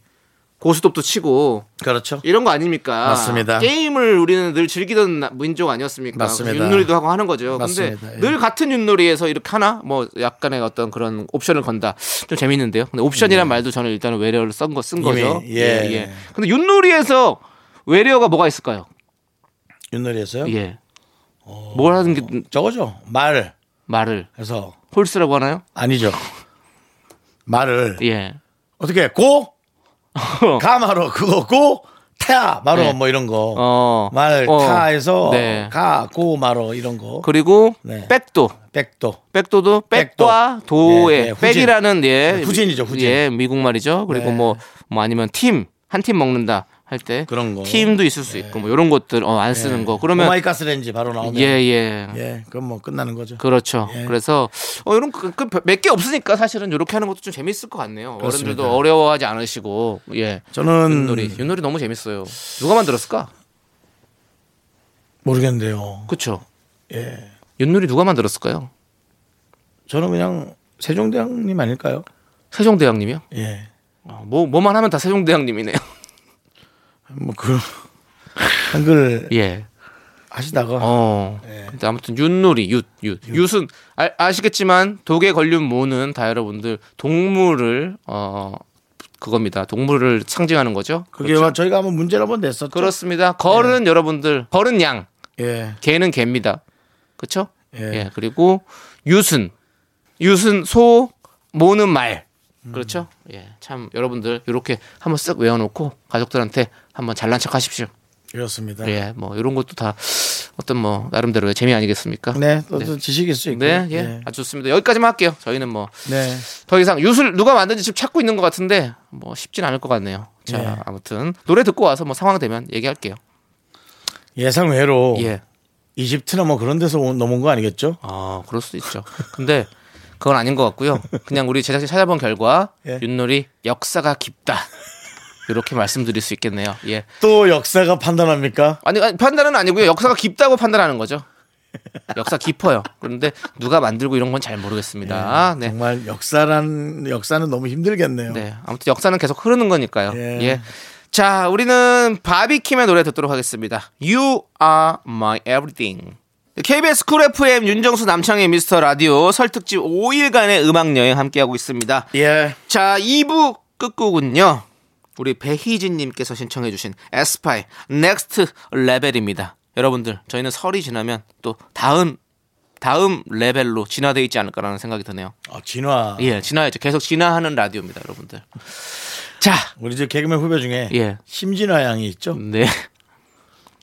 Speaker 2: 고스톱도 치고
Speaker 1: 그렇죠.
Speaker 2: 이런 거 아닙니까?
Speaker 1: 맞습니다.
Speaker 2: 게임을 우리는 늘 즐기던 나- 민족 아니었습니까?
Speaker 1: 맞습니다.
Speaker 2: 그래서 윷놀이도 하고 하는 거죠.
Speaker 1: 맞습니다.
Speaker 2: 근데
Speaker 1: 예.
Speaker 2: 늘 같은 윷놀이에서 이렇게 하나? 뭐 약간의 어떤 그런 옵션을 건다. 좀 재밌는데요. 근데 옵션이란 말도 저는 일단은 외래어를 쓴 거 쓴 거죠.
Speaker 1: 예. 이미, 예.
Speaker 2: 근데 윷놀이에서 외래어가 뭐가 있을까요?
Speaker 1: 윷놀이에서요.
Speaker 2: 예. 뭘 하는 게
Speaker 1: 저거죠. 말
Speaker 2: 말을
Speaker 1: 해서
Speaker 2: 홀스라고 하나요?
Speaker 1: 아니죠. 말을
Speaker 2: 예.
Speaker 1: 어떻게 고 가마로 그거 고 타마로
Speaker 2: 네.
Speaker 1: 뭐 이런 거.
Speaker 2: 어.
Speaker 1: 말
Speaker 2: 어.
Speaker 1: 타에서
Speaker 2: 네.
Speaker 1: 가고 마로 이런 거.
Speaker 2: 그리고
Speaker 1: 네.
Speaker 2: 백도.
Speaker 1: 백도.
Speaker 2: 백도도
Speaker 1: 백도.
Speaker 2: 백과
Speaker 1: 예, 예,
Speaker 2: 도의
Speaker 1: 후진.
Speaker 2: 백이라는 예
Speaker 1: 네, 후진이죠, 후진.
Speaker 2: 예 미국 말이죠 그리고
Speaker 1: 네.
Speaker 2: 뭐 뭐 아니면 팀 한 팀 먹는다 할 때
Speaker 1: 그런 거. 네. 예.
Speaker 2: 팀도 있을 수 있고 뭐 이런 것들 어, 안 쓰는 거 그러면
Speaker 1: 오마이 가스레인지 바로 나오면
Speaker 2: 예 예.
Speaker 1: 예, 그럼 뭐 끝나는 거죠.
Speaker 2: 그렇죠.
Speaker 1: 예.
Speaker 2: 그래서 어, 이런 몇 개 없으니까 사실은 이렇게 하는 것도 좀 재밌을 것 같네요.
Speaker 1: 그렇습니다. 음.
Speaker 2: 어른들도 어려워하지 않으시고 예.
Speaker 1: 저는
Speaker 2: 윷놀이 윷놀이 너무 재밌어요. 누가 만들었을까?
Speaker 1: 모르겠는데요.
Speaker 2: 그렇죠.
Speaker 1: 예,
Speaker 2: 윷놀이 누가 만들었을까요?
Speaker 1: 저는 그냥 세종대왕님 아닐까요?
Speaker 2: 세종대왕님이요?
Speaker 1: 예,
Speaker 2: 어, 뭐 뭐만 하면 다 세종대왕님이네요.
Speaker 1: 뭐그 한글
Speaker 2: 예.
Speaker 1: 하시다가
Speaker 2: 어. 근데 아무튼 윷놀이 윷, 윷. 윷은 아, 아시겠지만 독에 걸린 모는 다 여러분들 동물을 어 그겁니다. 동물을 상징하는 거죠. 그렇죠. 예.
Speaker 1: 그게 와- 저희가 한번 문제를 한번 냈었죠.
Speaker 2: 그렇습니다. 걸은 여러분들 걸은 양,
Speaker 1: 예,
Speaker 2: 개는 개입니다. 그렇죠?
Speaker 1: 예.
Speaker 2: 예. 그리고 윷은 윷은 소 모는 말. 그렇죠? 예. 참 여러분들 이렇게 한번 쓱 외워 놓고 가족들한테 한번 잘난 척 하십시오.
Speaker 1: 그렇습니다.
Speaker 2: 예. 뭐 이런 것도 다 어떤 뭐 나름대로의 재미 아니겠습니까?
Speaker 1: 네, 또, 또 지식일 수 있고.
Speaker 2: 네, 예. 아주 좋습니다. 여기까지만 할게요. 저희는 뭐 더
Speaker 1: 네.
Speaker 2: 이상 윷을 누가 만든지 지금 찾고 있는 것 같은데 뭐 쉽진 않을 것 같네요. 자,
Speaker 1: 네.
Speaker 2: 아무튼 노래 듣고 와서 뭐 상황 되면 얘기할게요.
Speaker 1: 예상 외로
Speaker 2: 예.
Speaker 1: 이집트나 뭐 그런 데서 온- 넘어온 거 아니겠죠?
Speaker 2: 아, 그럴 수도 있죠. 근데 그건 아닌 것 같고요. 그냥 우리 제작진 찾아본 결과
Speaker 1: 예.
Speaker 2: 윷놀이 역사가 깊다. 이렇게 말씀드릴 수 있겠네요. 예.
Speaker 1: 또 역사가 판단합니까?
Speaker 2: 아니, 아니, 판단은 아니고요. 역사가 깊다고 판단하는 거죠. 역사 깊어요. 그런데 누가 만들고 이런 건 잘 모르겠습니다. 네.
Speaker 1: 정말 역사란 역사는 너무 힘들겠네요.
Speaker 2: 네. 아무튼 역사는 계속 흐르는 거니까요.
Speaker 1: 예.
Speaker 2: 예. 자, 우리는 바비킴의 노래 듣도록 하겠습니다. You are my everything. KBS 쿨 FM 윤정수 남창의 미스터 라디오 설특집 5일간의 음악 여행 함께하고 있습니다.
Speaker 1: 예.
Speaker 2: 자, 2부 끝곡은요. 우리 배희진 님께서 신청해 주신 에스파이 넥스트 레벨입니다. 여러분들, 저희는 설이 지나면 또 다음 다음 레벨로 진화돼 있지 않을까라는 생각이 드네요.
Speaker 1: 아, 진화.
Speaker 2: 예, 진화했죠. 계속 진화하는 라디오입니다, 여러분들. 자,
Speaker 1: 우리 저 개그맨 후배 중에
Speaker 2: 예.
Speaker 1: 심진화 양이 있죠?
Speaker 2: 네.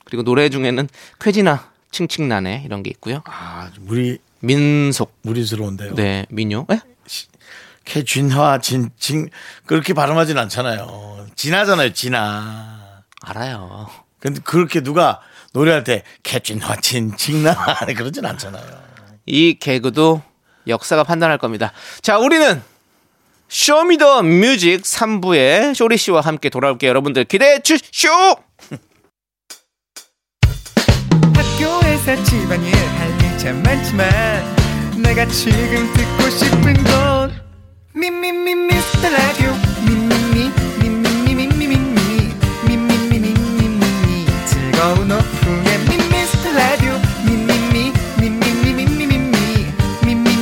Speaker 2: 그리고 노래 중에는 쾌지나 칭칭나네 이런 게 있고요.
Speaker 1: 아, 무리
Speaker 2: 민속,
Speaker 1: 무리스러운데요.
Speaker 2: 네, 민요. 예?
Speaker 1: 캐진화 진칭 그렇게 발음하진 않잖아요. 진화잖아요, 진화.
Speaker 2: 알아요.
Speaker 1: 근데 그렇게 누가 노래할 때 캐진화 진칭나 그러진 않잖아요.
Speaker 2: 이 개그도 역사가 판단할 겁니다. 자, 우리는 쇼미더 뮤직 3부에 쇼리 씨와 함께 돌아올게요. 여러분들 기대해 주쇼!
Speaker 4: 학교에서 집안일 할 일 참 많지만 내가 지금 듣고 싶은 건 미미미 미스터 라디오 미미미 미미미 미미미 미미미 미미미 즐거운 오후에 미스터 라디오 미미미 미미미 미미미 미미미 미미미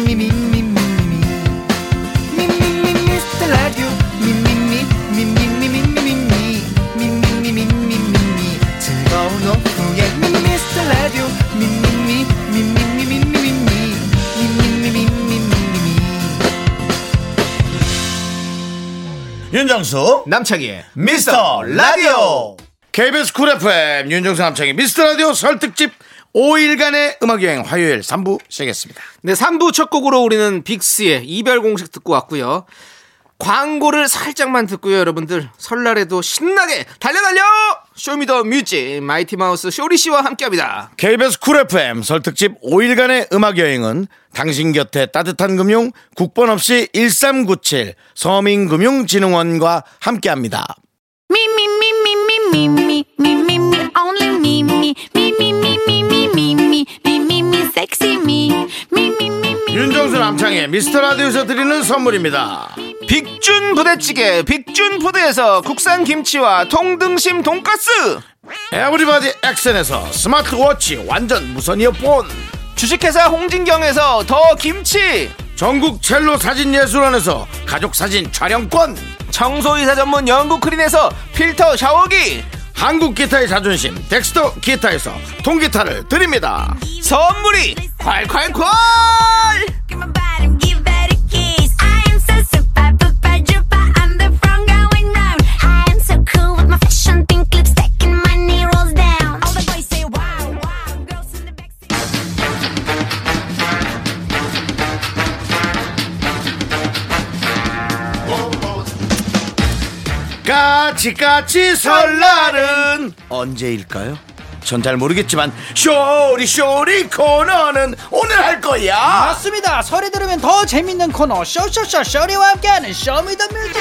Speaker 1: 윤정수
Speaker 2: 남창희의
Speaker 1: 미스터 라디오 KBS 쿨 FM 윤정수 남창희 미스터 라디오 설특집 5일간의 음악여행 화요일 3부 시작했습니다
Speaker 2: 네, 3부 첫 곡으로 우리는 빅스의 이별 공식 듣고 왔고요. 광고를 살짝만 듣고요, 여러분들. 설날에도 신나게 달려달려! 쇼미더 뮤직, 마이티마우스 쇼리 씨와 함께 합니다.
Speaker 1: KBS 쿨 FM 설특집 5일간의 음악여행은 당신 곁에 따뜻한 금융 국번 없이 1397 서민금융진흥원과 함께합니다
Speaker 5: Me, me, me, me, me, me, me, me, me, me, only me, me, me, me, me, me, me, me, me, me, me, me, sexy me, me, me, me, me.
Speaker 1: 윤정수 남창희 미스터 라디오에서 드리는 선물입니다
Speaker 2: 빅준 부대찌개, 빅준 푸드에서 국산 김치와 아, 통등심 돈가스!
Speaker 1: 에브리바디 액션에서 스마트워치 완전 무선 이어폰
Speaker 2: 주식회사 홍진경에서 더 김치!
Speaker 1: 전국 첼로 사진예술원에서 가족사진 촬영권
Speaker 2: 청소이사 전문 영국 크린에서 필터 샤워기!
Speaker 1: 한국 기타의 자존심 덱스터 기타에서 통기타를 드립니다
Speaker 2: 선물이 콸콸콸!
Speaker 5: Give my body, give that a kiss. I am so super, super duper. I'm the front going round. I am so cool with my fashion, pink lipstick, and my knee rolls down. All the boys say wow, wow. Girls in the backseat.
Speaker 1: 까치 같이같이 설날은 언제일까요? 전 잘 모르겠지만 쇼리 쇼리 코너는 오늘 할 거야.
Speaker 6: 맞습니다. 설이 들으면 더 재밌는 코너 쇼쇼쇼 쇼리와 함께하는 쇼미더뮤직.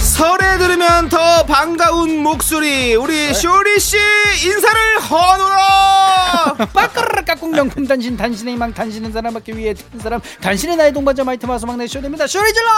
Speaker 2: 설에 들으면 더 반가운 목소리 우리
Speaker 6: 네.
Speaker 2: 쇼리 씨 인사를
Speaker 6: 아,
Speaker 2: 허누라.
Speaker 6: 빠까르르 깍꿍 명품 단신 단신의 망 단신은 사람밖에 위에 든 사람 단신의 나의 동반자 마이트 마수 막내 쇼리입니다. 쇼리 질러.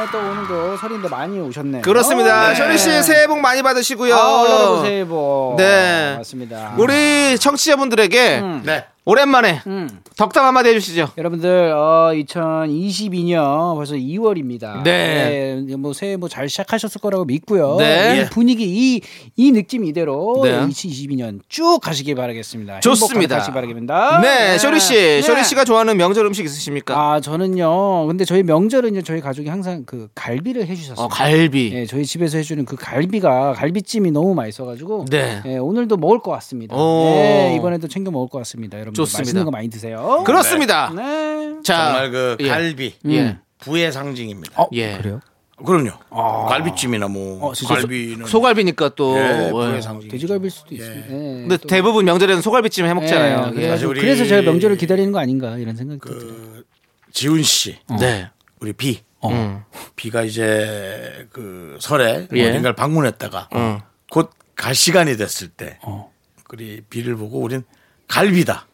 Speaker 6: 아또 오늘 도 설인데 많이 오셨네.
Speaker 2: 그렇습니다.
Speaker 6: 어, 네.
Speaker 2: 쇼리 씨 새해 복 많이 받으시고요.
Speaker 6: 아, 올라가고 새해 복.
Speaker 2: 네.
Speaker 6: 맞습니다.
Speaker 2: 우리 청취자분들에게
Speaker 1: 네.
Speaker 2: 오랜만에
Speaker 6: 음.
Speaker 2: 덕담 한마디 해주시죠.
Speaker 6: 여러분들 어, 2022년 벌써 2월입니다.
Speaker 2: 네.
Speaker 6: 뭐 새해 뭐 잘 시작하셨을 거라고 믿고요.
Speaker 2: 네.
Speaker 6: 이 분위기 이 이 느낌 이대로
Speaker 2: 네.
Speaker 6: 2022년 쭉 가시길 바라겠습니다.
Speaker 2: 좋습니다.
Speaker 6: 가시 아, 바라겠습니다. 아,
Speaker 2: 네, 쇼리 씨,
Speaker 6: 네.
Speaker 2: 쇼리 씨가 좋아하는 명절 음식 있으십니까?
Speaker 6: 아 저는요. 근데 저희 명절은요. 저희 가족이 항상 그 갈비를 해주셨어요.
Speaker 2: 어, 갈비.
Speaker 6: 예, 저희 집에서 해주는 그 갈비가 갈비찜이 너무 맛있어가지고
Speaker 2: 네.
Speaker 6: 예, 오늘도 먹을 것 같습니다.
Speaker 2: 오.
Speaker 6: 예, 이번에도 챙겨 먹을 것 같습니다. 여러분
Speaker 2: 좋습니다.
Speaker 6: 맛있는 거 많이 드세요.
Speaker 2: 그렇습니다.
Speaker 6: 네. 음.
Speaker 2: 자,
Speaker 1: 정말 그
Speaker 2: 예.
Speaker 1: 갈비
Speaker 2: 예.
Speaker 1: 부의 상징입니다.
Speaker 2: 예. 그래요?
Speaker 1: 그럼요. 갈비찜이나 뭐
Speaker 6: 어? 아. 진짜 어,
Speaker 1: 갈비는
Speaker 2: 소갈비니까 또.
Speaker 1: 예,
Speaker 2: 예.
Speaker 1: 부의 상징.
Speaker 6: 돼지갈비일 수도 있습니다. 예,
Speaker 2: 근데
Speaker 6: 네, 또.
Speaker 2: 대부분 명절에는 소갈비찜 해 먹잖아요. 그
Speaker 6: 예,
Speaker 2: 예.
Speaker 6: 그래서,
Speaker 1: 우리-
Speaker 6: 그래서 제가 명절을 기다리는 거 아닌가 이런 생각이 듭니다.
Speaker 1: 지훈 씨,
Speaker 6: 어.
Speaker 2: 네.
Speaker 1: 우리 비.
Speaker 2: 음.
Speaker 1: 비가 이제 그 설에
Speaker 2: 예.
Speaker 1: 어딘가를 방문했다가
Speaker 2: 어.
Speaker 1: 곧 갈 시간이 됐을 때
Speaker 6: 어.
Speaker 1: 우리 비를 보고 우린 갈비다.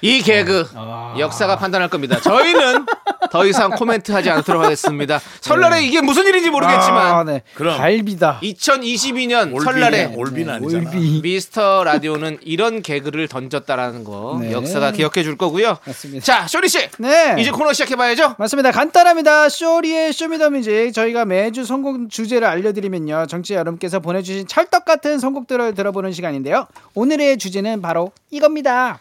Speaker 2: 이
Speaker 6: 네.
Speaker 2: 개그
Speaker 6: 아.
Speaker 2: 역사가 판단할 겁니다. 저희는 더 이상 코멘트하지 않도록 하겠습니다. 설날에 이게 무슨 일인지
Speaker 6: 아,
Speaker 2: 모르겠지만
Speaker 6: 네.
Speaker 1: 그럼.
Speaker 6: 갈비다.
Speaker 2: 2022년
Speaker 1: 올비는-
Speaker 2: 설날에
Speaker 1: 올비는 아니잖아.
Speaker 6: 올비.
Speaker 2: 미스터 라디오는 이런 개그를 던졌다라는 거
Speaker 6: 네.
Speaker 2: 역사가 기억해 줄 거고요.
Speaker 6: 맞습니다.
Speaker 2: 자, 쇼리 씨.
Speaker 6: 네.
Speaker 2: 이제 코너 시작해 봐야죠.
Speaker 6: 맞습니다. 간단합니다. 쇼리의 쇼미더뮤직 저희가 매주 선곡 주제를 알려드리면요 정치 여러분께서 보내주신 찰떡 같은 선곡들을 들어보는 시간인데요. 오늘의 주제는 바로 이겁니다.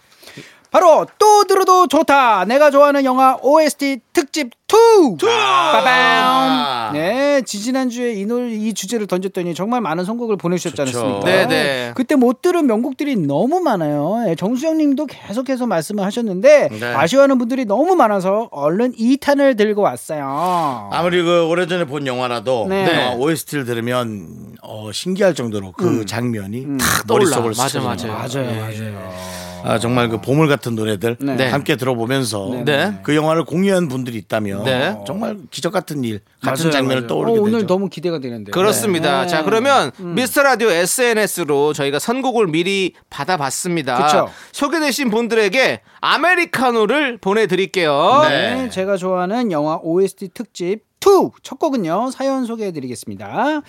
Speaker 6: 바로 또 들어도 좋다. 내가 좋아하는 영화 OST 특집 2.
Speaker 2: 아.
Speaker 6: 빠밤. 네, 지지난 주에 이 노래 이 주제를 던졌더니 정말 많은 선곡을 보내주셨지 않습니까?
Speaker 2: 네, 네.
Speaker 6: 그때 못 들은 명곡들이 너무 많아요. 예, 정수영님도 계속해서 말씀을 하셨는데
Speaker 2: 네.
Speaker 6: 아쉬워하는 분들이 너무 많아서 얼른 2탄을 들고 왔어요.
Speaker 1: 아무리 그 오래전에 본 영화라도
Speaker 6: 네.
Speaker 1: 영화 OST를 들으면 어, 신기할 정도로 그 장면이 탁
Speaker 2: 떠올라.
Speaker 1: 머릿속으로
Speaker 2: 맞아,
Speaker 1: 스쳐지는
Speaker 2: 맞아요.
Speaker 1: 거예요.
Speaker 6: 맞아요,
Speaker 2: 예.
Speaker 6: 맞아요.
Speaker 1: 아, 정말 그 보물 같은 노래들
Speaker 6: 네.
Speaker 1: 함께 들어보면서
Speaker 2: 네.
Speaker 1: 그 영화를 공유한 분들이 있다면
Speaker 2: 네.
Speaker 1: 정말 기적 같은 일 같은
Speaker 6: 맞아요,
Speaker 1: 장면을
Speaker 6: 맞아요.
Speaker 1: 떠올리게
Speaker 6: 어, 오늘
Speaker 1: 되죠.
Speaker 6: 너무 기대가 네. 되는데.
Speaker 2: 그렇습니다. 자, 그러면
Speaker 6: 음.
Speaker 2: 미스터 라디오 SNS로 저희가 선곡을 미리 받아봤습니다.
Speaker 6: 그쵸.
Speaker 2: 소개되신 분들에게 아메리카노를 보내드릴게요.
Speaker 6: 네. 제가 좋아하는 영화 OST 특집 2. 첫 곡은요. 사연 소개해 드리겠습니다.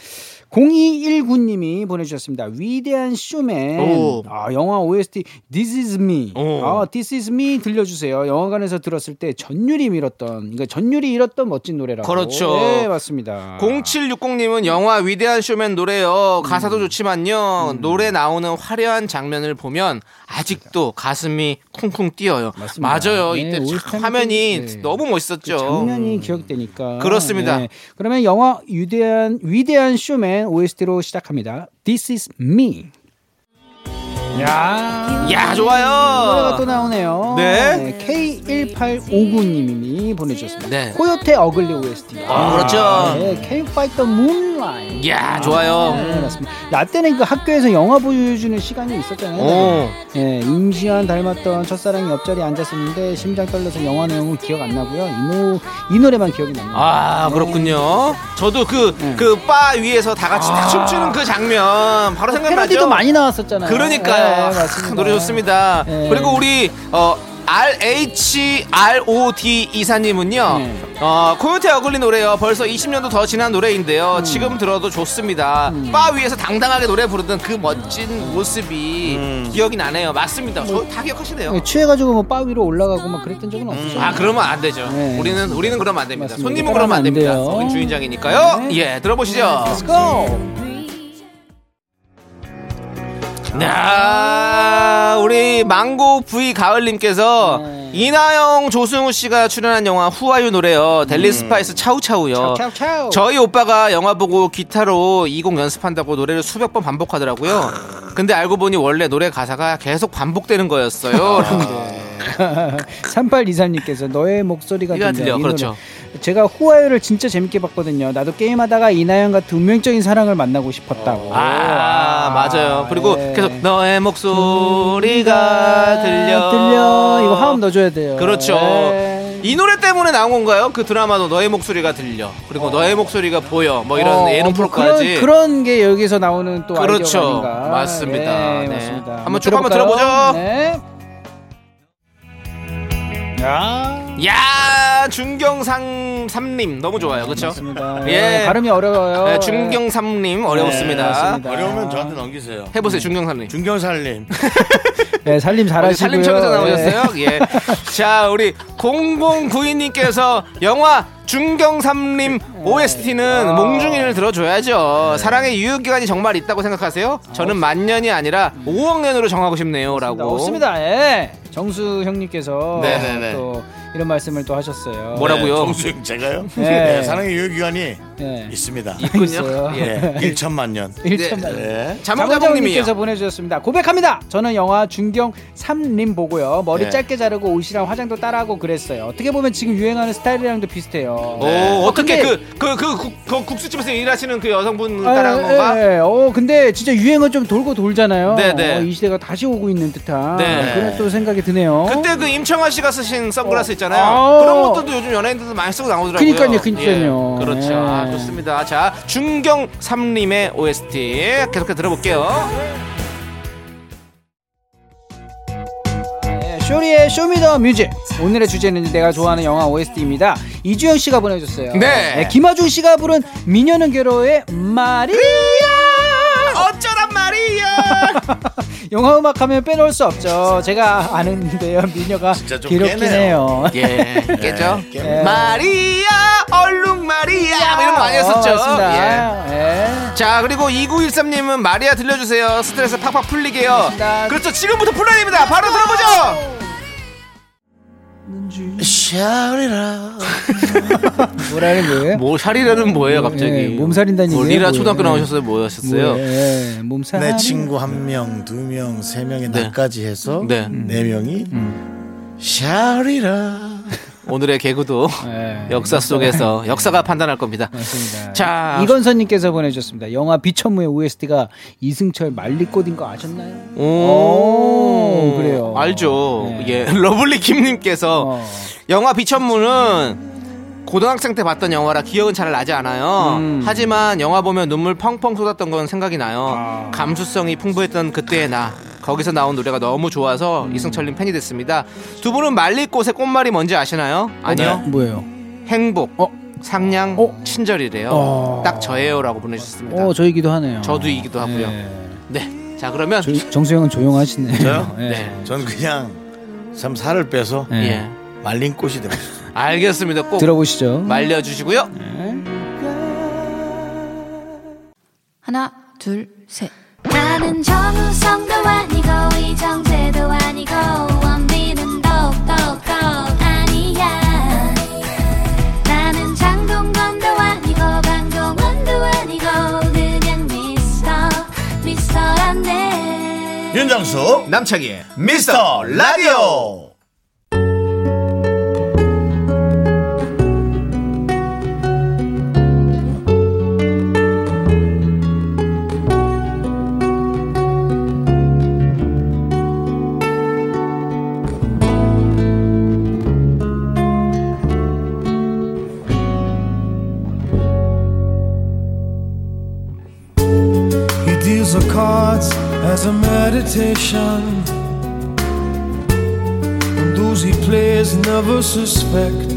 Speaker 6: 0219 님이 보내 주셨습니다. 위대한 쇼맨.
Speaker 2: 오.
Speaker 6: 아, 영화 OST This is me.
Speaker 2: 오.
Speaker 6: 아, This is me 들려 주세요. 영화관에서 들었을 때 전율이 밀었던 그러니까 전율이 잃었던 멋진 노래라고.
Speaker 2: 그렇죠.
Speaker 6: 네, 맞습니다.
Speaker 2: 0760님은 영화 위대한 쇼맨 노래요. 가사도
Speaker 6: 음.
Speaker 2: 좋지만요. 노래 나오는 화려한 장면을 보면 아직도 가슴이 쿵쿵 뛰어요.
Speaker 6: 맞습니다.
Speaker 2: 맞아요.
Speaker 6: 네,
Speaker 2: 이때
Speaker 6: 올
Speaker 2: 참
Speaker 6: 팬들,
Speaker 2: 화면이
Speaker 6: 네.
Speaker 2: 너무 멋있었죠. 음.
Speaker 6: 장면이 기억되니까
Speaker 2: 그렇죠.
Speaker 6: 네.
Speaker 2: 그렇습니다.
Speaker 6: 그러면 영화 위대한 위대한 쇼맨 OST로 시작합니다. This is me. 야,
Speaker 2: 야,
Speaker 6: 노래가
Speaker 2: 좋아요.
Speaker 6: 또 나오네요.
Speaker 2: 네.
Speaker 6: K1859님이 보내주셨습니다.
Speaker 2: 네.
Speaker 6: 코요테 어글리 OST.
Speaker 2: 아, 그렇죠.
Speaker 6: 네, Can you fight the moonlight?
Speaker 2: 야, 좋아요.
Speaker 6: 네, 맞습니다. 나 때는 그 학교에서 영화 보여주는 시간이
Speaker 2: 오.
Speaker 6: 있었잖아요. 예, 임시완 닮았던 첫사랑이 옆자리에 앉았었는데 심장 떨려서 영화 내용은 기억 안 나고요. 이, 노, 이 노래만 기억이 납니다.
Speaker 2: 아, 그렇군요. 저도 그,
Speaker 6: 네.
Speaker 2: 그 바 위에서 다 같이 딱 춤추는 그 장면 바로
Speaker 6: 아. 그 패러디도
Speaker 2: 생각나죠?
Speaker 6: 많이 나왔었잖아요.
Speaker 2: 그러니까요.
Speaker 6: 네, 맞습니다.
Speaker 2: 아, 노래 좋습니다.
Speaker 6: 네.
Speaker 2: 그리고 우리 어, RHROD 이사님은요,
Speaker 6: 네.
Speaker 2: 어, 코요테 어글리 노래요. 벌써 20년도 더 지난 노래인데요.
Speaker 6: 음.
Speaker 2: 지금 들어도 좋습니다. 바 위에서 당당하게 노래 부르던 그
Speaker 6: 음.
Speaker 2: 멋진 모습이 기억이 나네요. 맞습니다. 저 다 기억하시네요.
Speaker 6: 예, 취해가지고 뭐바 위로 올라가고 막 그랬던 적은 없죠.
Speaker 2: 아 그러면 안 되죠.
Speaker 6: 네.
Speaker 2: 우리는 우리는 그러면 안 됩니다.
Speaker 6: 맞습니다.
Speaker 2: 손님은 그러면 안 됩니다.
Speaker 6: 돼요.
Speaker 2: 우리 주인장이니까요.
Speaker 6: 네.
Speaker 2: 예, 들어보시죠.
Speaker 6: Let's go.
Speaker 2: 야, 네, 아, 우리 망고 V 가을님께서 이나영 조승우 씨가 출연한 영화 후아유 노래요. 델리 스파이스 음. 차우차우요.
Speaker 6: 어, 차우차우.
Speaker 2: 저희 오빠가 영화 보고 기타로 이 곡 연습한다고 노래를 수백 번 반복하더라고요. 근데 알고 보니 원래 노래 가사가 계속 반복되는 거였어요. 라고.
Speaker 6: 3823님께서 너의 목소리가
Speaker 2: 이거
Speaker 6: 들려.
Speaker 2: 들려,
Speaker 6: 이
Speaker 2: 그렇죠.
Speaker 6: 노래. 제가 후아유를 진짜 재밌게 봤거든요. 나도 게임하다가 이나영과 운명적인 사랑을 만나고 싶었다고.
Speaker 2: 아, 맞아요. 그리고
Speaker 6: 예.
Speaker 2: 계속 너의 목소리가 들려.
Speaker 6: 아, 들려. 이거 화음 넣어줘야 돼요.
Speaker 2: 그렇죠.
Speaker 6: 예.
Speaker 2: 이 노래 때문에 나온 건가요? 그 드라마도 너의 목소리가 들려. 그리고 너의 목소리가 보여. 뭐 이런
Speaker 6: 어,
Speaker 2: 예능
Speaker 6: 뭐
Speaker 2: 프로까지.
Speaker 6: 그런, 그런 게 여기서 나오는 또
Speaker 2: 그렇죠.
Speaker 6: 아이디어 아닌가.
Speaker 2: 맞습니다.
Speaker 6: 예,
Speaker 2: 네.
Speaker 6: 맞습니다.
Speaker 2: 한번 쭉 한번
Speaker 6: 들어볼까요?
Speaker 2: 들어보죠.
Speaker 6: 네. 야.
Speaker 2: 야, 중경상 삼님 너무 좋아요. 그렇죠?
Speaker 6: 맞습니다.
Speaker 2: 예.
Speaker 6: 예. 발음이 어려워요.
Speaker 2: 네,
Speaker 6: 예.
Speaker 2: 중경삼님 어려웠습니다.
Speaker 6: 맞습니다.
Speaker 1: 어려우면 저한테 넘기세요.
Speaker 2: 해보세요, 중경삼님.
Speaker 1: 중경살님.
Speaker 6: 네, 살림
Speaker 2: 어디
Speaker 6: 잘하시고요.
Speaker 2: 살림청에서
Speaker 6: 예.
Speaker 2: 나오셨어요? 예. 자, 우리 0092님께서 영화 중경삼림
Speaker 6: 네. 아.
Speaker 2: OST는 몽중인을 들어줘야죠. 사랑의 유효기간이 정말 있다고 생각하세요? 저는
Speaker 6: 어.
Speaker 2: 만년이 아니라
Speaker 6: 음.
Speaker 2: 5억 년으로 정하고 싶네요. 라고.
Speaker 6: 없습니다. 예. 정수 형님께서
Speaker 1: 네네네.
Speaker 6: 또 이런 말씀을 또 하셨어요.
Speaker 2: 뭐라고요?
Speaker 1: 네, 정수영 제가요?
Speaker 6: 예.
Speaker 1: 네, 사랑의 유효기간이
Speaker 6: 예.
Speaker 1: 있습니다.
Speaker 2: 있군요. 예.
Speaker 1: 네, 1천만 년.
Speaker 6: 1점
Speaker 2: 네.
Speaker 1: 네.
Speaker 2: 자몽자몽님이요.
Speaker 6: 자몽자몽님께서 보내주셨습니다. 고백합니다. 저는 영화 중경 3림 보고요. 머리
Speaker 1: 네.
Speaker 6: 짧게 자르고 옷이랑 화장도 따라하고 그랬어요. 어떻게 보면 지금 유행하는 스타일이랑도 비슷해요.
Speaker 2: 오, 어떻게 그, 그, 그, 국- 그 국수집에서 일하시는 그 여성분
Speaker 6: 아,
Speaker 2: 따라한 건가?
Speaker 6: 예, 예. 어, 근데 진짜 유행은 좀 돌고 돌잖아요.
Speaker 2: 네네.
Speaker 6: 어, 이 시대가 다시 오고 있는 듯한
Speaker 2: 네.
Speaker 6: 그런 또 생각이 드네요.
Speaker 2: 그때 그 임청아 씨가 쓰신 선글라스 있잖아요.
Speaker 6: 어? 아.
Speaker 2: 그런 것들도 요즘 연예인들도 많이 쓰고 나오더라고요.
Speaker 6: 그니까요, 그니까요.
Speaker 2: 예, 그렇죠.
Speaker 6: 예.
Speaker 2: 아, 좋습니다. 자, 중경 삼림의 OST 계속해서 들어볼게요.
Speaker 6: 네, 쇼리의 쇼미더 뮤직 오늘의 주제는 내가 좋아하는 영화 OST입니다 이주영 씨가 보내줬어요 예,
Speaker 2: 네.
Speaker 6: 김하중 씨가 부른 미녀는 괴로워의 마리아
Speaker 2: 어쩌란 말이야.
Speaker 6: 영화 음악 하면 빼놓을 수 없죠 제가 아는데요 미녀가
Speaker 1: 진짜 좀
Speaker 6: 괴롭긴
Speaker 1: 깨네요.
Speaker 6: 해요
Speaker 2: 예, 깨죠.
Speaker 1: 예.
Speaker 2: 마리아, 얼룩 마리아 뭐 이런 거 많이 했었죠.
Speaker 6: 네. 어, 맞습니다.
Speaker 2: 예.
Speaker 6: 예.
Speaker 2: 자 그리고 2913님은 마리아 들려주세요 스트레스 팍팍 풀리게요
Speaker 6: 맞습니다. 네.
Speaker 2: 그렇죠 지금부터 풀어야 됩니다 바로 들어보죠
Speaker 1: 샤리라.
Speaker 6: 뭐라는 그 거예요?
Speaker 2: 뭐 샤리라는 뭐예요 갑자기
Speaker 6: 예, 몸살인다는
Speaker 2: 뭐,
Speaker 6: 얘기예요,
Speaker 2: 리라
Speaker 6: 뭐예요?
Speaker 2: 초등학교 나오셨어요 뭐 하셨어요
Speaker 6: 예, 몸살
Speaker 1: 내 친구 한 명, 두 명, 세 명이
Speaker 2: 네.
Speaker 1: 나까지 해서
Speaker 2: 네.
Speaker 1: 네, 명이
Speaker 6: 음.
Speaker 1: 샤리라.
Speaker 2: 오늘의 개그도
Speaker 6: 예.
Speaker 2: 역사 속에서 역사가 판단할 겁니다
Speaker 6: 맞습니다.
Speaker 2: 자
Speaker 6: 이건선님께서 보내주셨습니다. 영화 비천무의 OST가 이승철 말리꽃인 거 아셨나요?
Speaker 2: 오,
Speaker 6: 오, 그래요.
Speaker 2: 알죠
Speaker 6: 네.
Speaker 2: 예 러블리 김님께서
Speaker 6: 어.
Speaker 2: 영화 비천문은 고등학생 때 봤던 영화라 기억은 잘 나지 않아요.
Speaker 6: 음.
Speaker 2: 하지만 영화 보면 눈물 펑펑 쏟았던 건 생각이 나요.
Speaker 6: 아.
Speaker 2: 감수성이 풍부했던 그때의 나. 거기서 나온 노래가 너무 좋아서
Speaker 6: 음.
Speaker 2: 이승철님 팬이 됐습니다. 두 분은 말리꽃의 꽃말이 뭔지 아시나요? 아니요.
Speaker 6: 뭐예요?
Speaker 2: 행복, 상냥,
Speaker 6: 네. 어?
Speaker 2: 친절이래요.
Speaker 6: 어.
Speaker 2: 딱 저예요라고 보내주셨습니다.
Speaker 6: 어, 저이기도 하네요.
Speaker 2: 저도 이기도 하고요.
Speaker 6: 네.
Speaker 2: 네. 자 그러면
Speaker 6: 저- 정수영은 조용하시네요.
Speaker 1: 저요?
Speaker 6: 예.
Speaker 2: 네.
Speaker 1: 전 그냥 참 살을 빼서
Speaker 6: 네.
Speaker 2: 예
Speaker 1: 말린 꽃이 되고 싶어요.
Speaker 2: 알겠습니다. 꼭
Speaker 6: 들어보시죠.
Speaker 2: 말려주시고요.
Speaker 7: 하나, 둘, 셋.
Speaker 5: 나는 정우성도 아니고 이정재도 아니고 원빈은 더욱더 아니야 나는 장동건도 아니고 강동원도 아니고 그냥 미스터 미스터란데
Speaker 1: 윤정수
Speaker 2: 남창희의
Speaker 1: 미스터 라디오.
Speaker 8: He deals the cards as a meditation. And those he plays never suspect.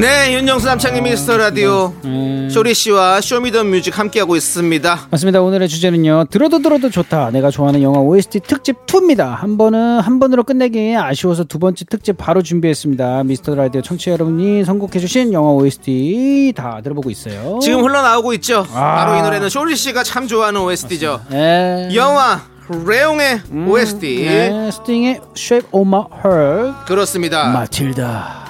Speaker 2: 네, 윤정수 남창희 미스터 라디오
Speaker 6: 음.
Speaker 2: 쇼리 씨와 쇼미더 뮤직 함께하고 있습니다.
Speaker 6: 맞습니다. 오늘의 주제는요. 들어도 들어도 좋다. 내가 좋아하는 영화 OST 특집 2입니다. 한 번은 한 번으로 끝내기 아쉬워서 두 번째 특집 바로 준비했습니다. 미스터 라디오 청취자 여러분이 선곡해 주신 영화 OST 다 들어보고 있어요. 아.
Speaker 2: 지금 흘러나오고 있죠. 바로 이 노래는 쇼리 씨가 참 좋아하는 OST죠.
Speaker 6: 예.
Speaker 2: 영화 레옹의 OST
Speaker 6: 네, 스팅의 Shape of My Heart
Speaker 2: 그렇습니다.
Speaker 6: 마틸다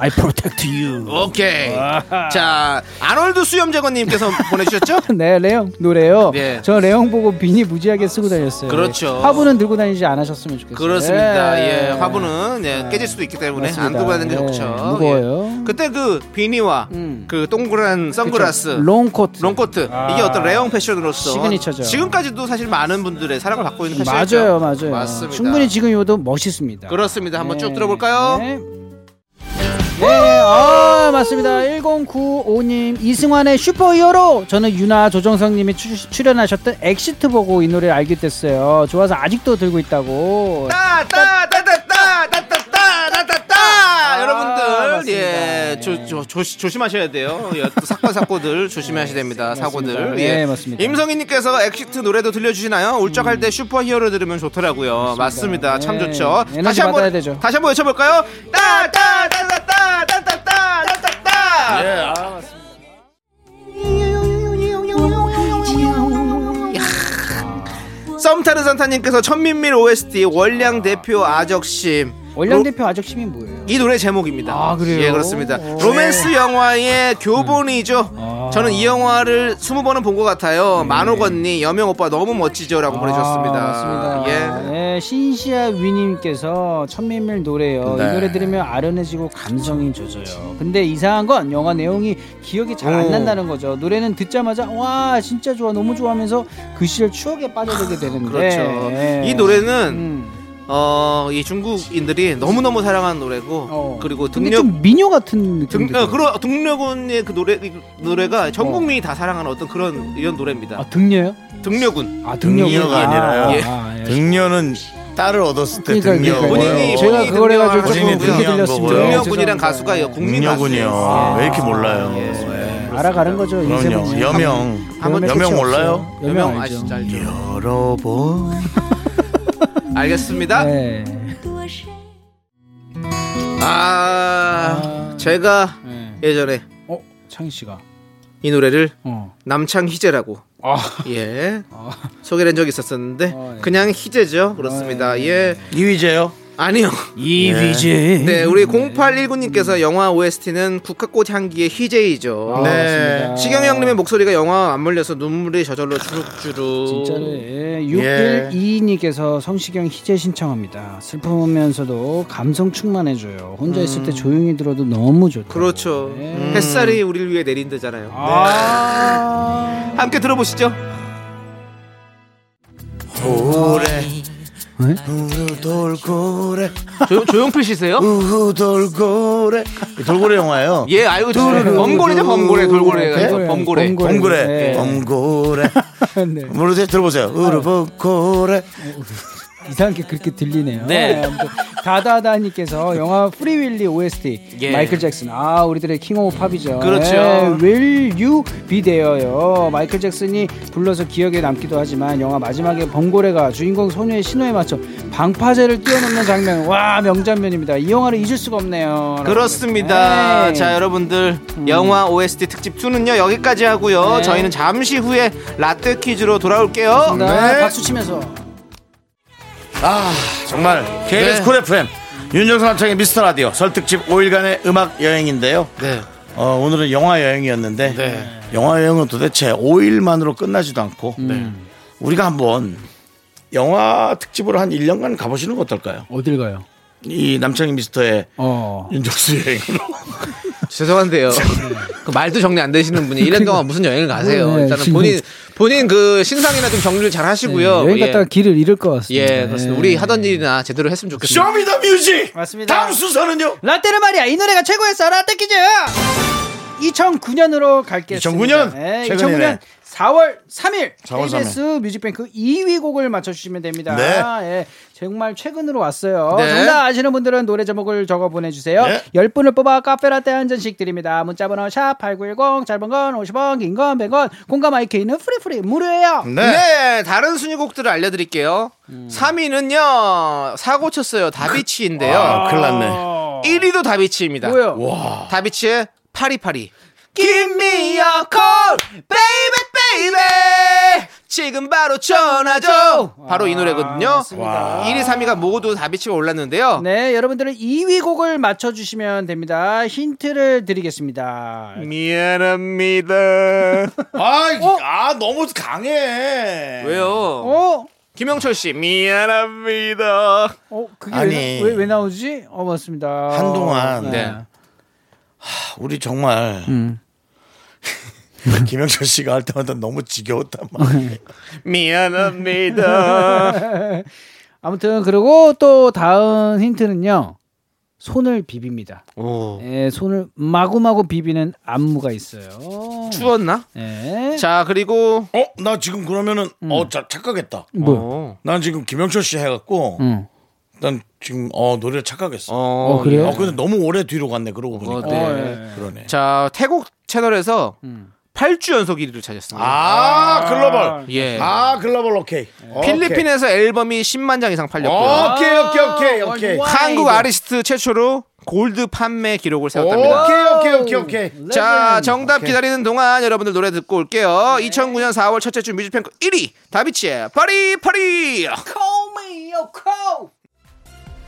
Speaker 6: I protect you
Speaker 2: 오케이.
Speaker 6: 아.
Speaker 2: 자, 아놀드 수염제거님께서 보내주셨죠?
Speaker 6: 네 레영 노래요
Speaker 2: 네.
Speaker 6: 저 레영 보고 비니 무지하게 쓰고 다녔어요
Speaker 2: 그렇죠.
Speaker 6: 화분은 들고 다니지 않으셨으면 좋겠어요
Speaker 2: 그렇습니다. 예,
Speaker 6: 네.
Speaker 2: 화분은 예, 깨질 수도 있기 때문에
Speaker 6: 맞습니다.
Speaker 2: 안 들고 다니는 게
Speaker 6: 네,
Speaker 2: 좋죠.
Speaker 6: 무거워요.
Speaker 2: 예. 그때 그 비니와
Speaker 6: 음.
Speaker 2: 그 동그란 선글라스,
Speaker 6: 그렇죠. 롱코트 아.
Speaker 2: 롱코트 이게 어떤 레형 패션으로서
Speaker 6: 시그니처죠.
Speaker 2: 지금까지도 사실 많은 분들의 사랑을 받고 있는 패션이죠.
Speaker 6: 맞아요 맞아요
Speaker 2: 맞습니다.
Speaker 6: 충분히 지금 이것도 멋있습니다
Speaker 2: 그렇습니다. 한번
Speaker 6: 네.
Speaker 2: 쭉 들어볼까요?
Speaker 6: 네. 네, 아, 맞습니다. 1095님, 이승환의 슈퍼히어로! 저는 유나 조정성님이 추- 출연하셨던 엑시트 보고 이 노래를 알게 됐어요. 좋아서 아직도 들고 있다고.
Speaker 2: 따따따따따따따따따 여러분들
Speaker 6: 아, 맞습니다.
Speaker 2: 예 조, 조, 조시, 조심하셔야 돼요 예, 또 사건 사고들 조심하셔야 됩니다 사고들
Speaker 6: 맞습니다.
Speaker 2: 예
Speaker 6: 네, 맞습니다.
Speaker 2: 임성희님께서 엑시트 노래도 들려주시나요 울적할 때 슈퍼히어로 들으면 좋더라고요 맞습니다,
Speaker 6: 네.
Speaker 2: 아, 참 좋죠
Speaker 6: 에너지
Speaker 2: 다시 한번
Speaker 6: 받아야 되죠.
Speaker 2: 다시 한번 외쳐볼까요 따따따따따따따따따 예 썸타르 산타님께서 천민밀 OST 원량 대표 아적심
Speaker 6: 원량
Speaker 2: 로-
Speaker 6: 대표 아적심이 뭐예요?
Speaker 2: 이 노래 제목입니다.
Speaker 6: 아, 그래요?
Speaker 2: 예, 그렇습니다.
Speaker 6: 오. 네. 음. 아.
Speaker 2: 로맨스 영화의 교본이죠. 저는 이 영화를 스무 번은 본 것 같아요. 만호건니 여명 오빠 너무 멋지죠라고 아, 보내주셨습니다.
Speaker 6: 아, 네. 맞습니다.
Speaker 2: 예.
Speaker 6: 네, 신시아 위님께서 천민밀 노래요.
Speaker 2: 네.
Speaker 6: 이 노래 들으면 아련해지고 감성이 젖어요. 근데 이상한 건 영화 내용이 기억이 잘 안
Speaker 2: 오.
Speaker 6: 난다는 거죠. 노래는 듣자마자 와 진짜 좋아 너무 좋아하면서 그 시절 추억에 빠져들게 되는데.
Speaker 2: 그렇죠.
Speaker 6: 예.
Speaker 2: 이 노래는
Speaker 6: 음.
Speaker 2: 어, 이 중국인들이 너무 너무 사랑하는 노래고
Speaker 6: 어.
Speaker 2: 그리고
Speaker 6: 근데
Speaker 2: 등력
Speaker 6: 좀 미녀 같은 느낌.
Speaker 2: 등, 어, 그러, 등려군의 그 노래 이 노래가 전 국민이 다 사랑하는 어떤 그런 이런 노래입니다.
Speaker 6: 어. 아 등녀요?
Speaker 2: 등려군
Speaker 6: 아 등녀.
Speaker 1: 등녀가 아니라요.
Speaker 6: 아, 아, 예.
Speaker 1: 등녀는 딸을 얻었을 때
Speaker 6: 그러니까
Speaker 1: 등녀.
Speaker 6: 그러니까
Speaker 2: 본인이
Speaker 6: 제가
Speaker 2: 본인이
Speaker 6: 그걸 해가지고
Speaker 2: 등녀
Speaker 6: 조금 그렇게
Speaker 1: 등녀한
Speaker 6: 들렸습니다.
Speaker 1: 거고요.
Speaker 2: 등려군이란
Speaker 6: 죄송합니다.
Speaker 2: 가수가요 국민
Speaker 1: 등녀군요. 아,
Speaker 2: 가수예요.
Speaker 1: 왜 이렇게 몰라요? 예.
Speaker 2: 예.
Speaker 6: 알아가는 거죠.
Speaker 1: 그럼요.
Speaker 6: 인생은.
Speaker 1: 여명.
Speaker 2: 한번
Speaker 6: 그러면
Speaker 1: 여명
Speaker 6: 끝이
Speaker 1: 몰라요?
Speaker 6: 없어요.
Speaker 2: 여명
Speaker 6: 여명
Speaker 2: 아시죠?
Speaker 6: 알죠.
Speaker 2: 알죠?
Speaker 1: 여러분.
Speaker 6: 예.
Speaker 2: 알겠습니다.
Speaker 6: 네.
Speaker 2: 아, 제가
Speaker 6: 네.
Speaker 2: 예전에
Speaker 6: 어 창희 씨가.
Speaker 2: 이 노래를
Speaker 6: 어.
Speaker 2: 남창희재라고
Speaker 6: 아.
Speaker 2: 예 소개를 한 적이 있었었는데
Speaker 6: 어, 아. 예. 아,
Speaker 2: 그냥 희재죠 그렇습니다 예
Speaker 1: 이휘재요?
Speaker 2: 아니요
Speaker 1: 예.
Speaker 6: 이비제.
Speaker 2: 네 우리 0819님께서 영화 OST는 국화꽃 향기의 희재이죠
Speaker 1: 네.
Speaker 2: 시경영님의 목소리가 영화 안 몰려서 눈물이 저절로 주룩주룩
Speaker 6: 진짜로 6122님께서 예, 성시경 희재 신청합니다. 슬프면서도 감성 충만해줘요. 혼자 있을 때 조용히 들어도 너무 좋다.
Speaker 2: 그렇죠
Speaker 6: 네.
Speaker 2: 햇살이 우리를 위해 내린다잖아요 네. 함께 들어보시죠
Speaker 1: 돌에
Speaker 6: 네?
Speaker 1: 우후 돌고래
Speaker 2: 조, 조용필 씨세요?
Speaker 1: 우후 돌고래 이 돌고래 영화예요.
Speaker 2: 예, 알고 있어요. 범고래죠, 범고래, 돌고래.
Speaker 1: 네?
Speaker 2: 범고래. 범고래.
Speaker 6: 범고래.
Speaker 1: 동그래
Speaker 6: 네.
Speaker 1: 동그래
Speaker 6: 네.
Speaker 1: 모르세요 들어보세요. 우르보고래
Speaker 6: 이상하게 그렇게 들리네요.
Speaker 2: 네.
Speaker 6: 아무튼 다다다님께서 영화 프리윌리 OST
Speaker 2: 예.
Speaker 6: 마이클 잭슨 아 우리들의 킹 오브 팝이죠.
Speaker 2: 그렇죠.
Speaker 6: 예, Will You Be There요. 마이클 잭슨이 불러서 기억에 남기도 하지만 영화 마지막에 범고래가 주인공 소녀의 신호에 맞춰 방파제를 뛰어넘는 장면 와 명장면입니다. 이 영화를 잊을 수가 없네요.
Speaker 2: 그렇습니다.
Speaker 6: 네.
Speaker 2: 자, 여러분들 영화 OST 특집 2는요 여기까지 하고요.
Speaker 6: 네.
Speaker 2: 저희는 잠시 후에 라떼 퀴즈로 돌아올게요.
Speaker 6: 네. 박수 치면서
Speaker 1: 아 정말 KBS
Speaker 2: 네.
Speaker 1: 쿨 FM 윤정수 남창의 미스터 라디오 설특집 5일간의 음악 여행인데요.
Speaker 2: 네.
Speaker 1: 어, 오늘은 영화 여행이었는데
Speaker 2: 네.
Speaker 1: 영화 여행은 도대체 5일만으로 끝나지도 않고 우리가 한번 영화 특집으로 한 1년간 가보시는 거 어떨까요?
Speaker 6: 어딜 가요?
Speaker 1: 이 남창희 미스터의
Speaker 6: 어.
Speaker 1: 윤정수 여행으로
Speaker 2: 죄송한데요. 그 말도 정리 안 되시는 분이 1년 동안 무슨 여행을 가세요?
Speaker 6: 그 네,
Speaker 2: 일단은
Speaker 6: 지금-
Speaker 2: 본인 본인 그 신상이나 좀 정리를 잘 하시고요.
Speaker 6: 네, 여행
Speaker 2: 예.
Speaker 6: 갔다가 길을 잃을 것 같습니다. 네.
Speaker 2: 예, 그렇습니다. 우리 하던 일이나 제대로 했으면 좋겠습니다.
Speaker 1: 쇼미더뮤직
Speaker 6: 맞습니다.
Speaker 1: 다음 순서는요
Speaker 6: 라떼는 말이야 이 노래가 최고였어 라떼 퀴즈 2009년으로 갈겠습니다
Speaker 1: 2009년? 최근이네.
Speaker 6: 2009년 4월 3일
Speaker 1: 4월
Speaker 6: KBS 뮤직뱅크 2위 곡을 맞춰주시면 됩니다
Speaker 1: 네.
Speaker 6: 예, 정말 최근으로 왔어요
Speaker 2: 네.
Speaker 6: 정답 아시는 분들은 노래 제목을 적어 보내주세요
Speaker 1: 네.
Speaker 6: 10분을 뽑아 카페라떼 한 잔씩 드립니다 문자번호 샵8910 짧은 건 50원 긴 건 100원 공감 IK는 프리프리 무료예요
Speaker 1: 음.
Speaker 2: 네. 다른 순위곡들을 알려드릴게요.
Speaker 6: 음.
Speaker 2: 3위는요, 사고 쳤어요. 다비치인데요.
Speaker 1: 아 큰일 났네
Speaker 2: 1위도 다비치입니다.
Speaker 6: 뭐요?
Speaker 2: 다비치의 파리파리. Give me a call, baby, 베이베 지금 바로 전화줘 바로 이 노래거든요
Speaker 6: 아, 맞습니다.
Speaker 2: 1위 3위가 모두 다비치가 올랐는데요
Speaker 6: 네, 여러분들은 2위 곡을 맞춰주시면 됩니다. 힌트를 드리겠습니다.
Speaker 1: 음.
Speaker 2: 미안합니다
Speaker 1: 아, 이- 아 너무 강해.
Speaker 2: 왜요
Speaker 6: 어?
Speaker 2: 김영철 씨 미안합니다
Speaker 6: 어, 그게
Speaker 1: 아니.
Speaker 6: 왜, 왜, 왜 나오지? 어, 맞습니다.
Speaker 1: 한동안
Speaker 2: 네.
Speaker 1: 우리 정말
Speaker 6: 음.
Speaker 1: 김영철 씨가 할 때마다 너무 지겨웠단 말이에요.
Speaker 2: 미안합니다
Speaker 6: 아무튼 그리고 또 다음 힌트는요. 손을 비빕니다. 예, 손을 마구마구 비비는 안무가 있어요.
Speaker 2: 추웠나
Speaker 6: 예.
Speaker 2: 자 그리고
Speaker 1: 어, 나 지금 그러면은
Speaker 6: 음.
Speaker 1: 어, 자, 착각했다.
Speaker 6: 뭐?
Speaker 2: 어,
Speaker 1: 난 지금 김영철 씨 해갖고
Speaker 6: 응.
Speaker 1: 난 지금 어 노래를 착각했어. 어,
Speaker 2: 어,
Speaker 6: 그래요?
Speaker 1: 근데 너무 오래 뒤로 갔네. 그러고 보니까.
Speaker 2: 네.
Speaker 6: 어, 예.
Speaker 1: 그러네.
Speaker 2: 자 태국 채널에서
Speaker 6: 음.
Speaker 2: 8주 연속 1위를 차지했습니다
Speaker 1: 아, 글로벌.
Speaker 2: 예
Speaker 1: 아, 글로벌 오케이. 오케이.
Speaker 2: 필리핀에서 앨범이 10만 장 이상
Speaker 6: 어,
Speaker 2: 팔렸고요.
Speaker 1: 오케이, 오케이, 오케이,
Speaker 2: 아,
Speaker 1: 오케이.
Speaker 2: 한국 아리스트 최초로 골드 판매 기록을 세웠답니다.
Speaker 1: 오케이, 오케이, 오케이, 오케이.
Speaker 2: 자, 정답 기다리는 동안 여러분들 노래 듣고 올게요.
Speaker 6: 네.
Speaker 2: 2009년 4월 첫째 주 뮤직 뱅크 1위 다비치의 파리 파리.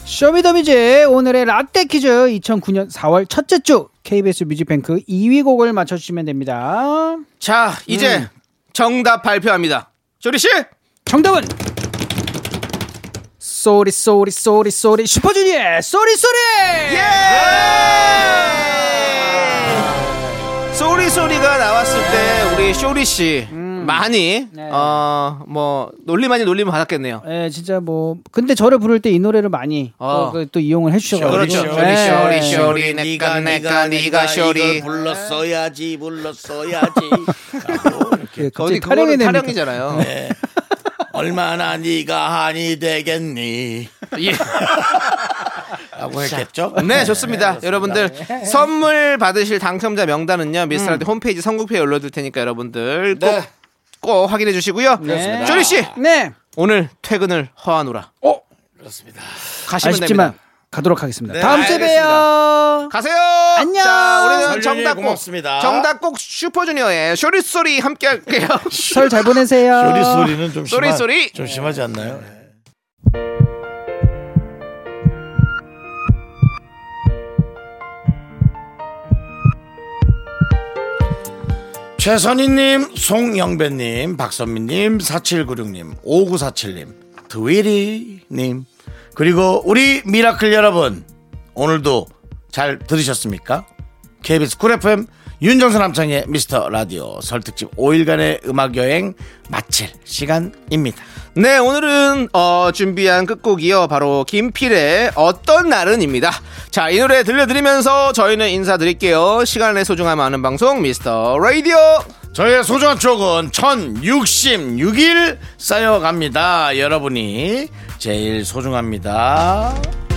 Speaker 6: 쇼미더뮤직 오늘의 라떼 퀴즈 2009년 4월 첫째 주 KBS 뮤직뱅크 2위 곡을 맞춰주시면 됩니다.
Speaker 2: 자, 이제
Speaker 6: 음.
Speaker 2: 정답 발표합니다. 조리 씨.
Speaker 6: 정답은 쏘리 쏘리 쏘리 쏘리 슈퍼주니어의 쏘리 쏘리
Speaker 2: 예! 쏘리 쏘리가 나왔을 때 우리 쇼리 씨 많이
Speaker 6: 네.
Speaker 2: 어뭐 놀림 아닌 놀림 받았겠네요.
Speaker 6: 예, 진짜 뭐 근데 저를 부를 때 이 노래를 많이
Speaker 2: 어.
Speaker 6: 또, 그- 또 이용을 해주셔가지고
Speaker 2: 그렇죠.
Speaker 1: 쇼리,
Speaker 6: 예.
Speaker 1: 네.
Speaker 2: 쇼리, 쇼리, 쇼리. 네가, 네가, 네가 네. 쇼리.
Speaker 1: 이걸 불렀어야지 불렀어야지 아, 라고 이렇게.
Speaker 6: 예,
Speaker 2: 어디 그거는
Speaker 6: 갑자기 타령이 네. 됩니다.
Speaker 2: 타령이잖아요.
Speaker 1: 얼마나 네가 한이 되겠니
Speaker 2: 예.
Speaker 1: 라고 했겠죠
Speaker 2: 네, 좋습니다. 여러분들
Speaker 6: 네.
Speaker 2: 선물 받으실 당첨자 명단은요. 미스터라디
Speaker 6: 음.
Speaker 2: 홈페이지 선곡표에 올려둘 테니까 여러분들 꼭,
Speaker 1: 네.
Speaker 2: 꼭 확인해 주시고요.
Speaker 6: 그렇습니다.
Speaker 2: 조리 씨
Speaker 6: 네
Speaker 2: 오늘 퇴근을 허하노라. 어? 그렇습니다. 가시면
Speaker 6: 아쉽지만
Speaker 2: 됩니다.
Speaker 6: 가도록 하겠습니다.
Speaker 1: 네,
Speaker 6: 다음 주에 봬요.
Speaker 2: 가세요.
Speaker 6: 안녕.
Speaker 2: 자, 우리는
Speaker 1: 설윤이
Speaker 2: 정답곡
Speaker 1: 고맙습니다.
Speaker 2: 정답곡 슈퍼주니어의 쇼리 소리 함께 할게요.
Speaker 6: 설 잘 보내세요.
Speaker 1: 쇼리 소리는 좀
Speaker 2: 쏘리,
Speaker 1: 심하,
Speaker 2: 쏘리.
Speaker 1: 좀 심하지 않나요 네. 최선희님, 송영배님, 박선미님, 4796님, 5947님, 드위리님, 그리고 우리 미라클 여러분, 오늘도 잘 들으셨습니까? KBS 쿨 FM 윤정수 남창의 미스터 라디오 설특집 5일간의 음악여행 마칠 시간입니다.
Speaker 2: 네, 오늘은 어, 준비한 끝곡이요. 바로 김필의 어떤 날은입니다. 자, 이 노래 들려드리면서 저희는 인사드릴게요. 시간의 소중함 아는 방송 미스터 라디오.
Speaker 1: 저의 소중한 추억은 1066일 쌓여갑니다. 여러분이 제일 소중합니다.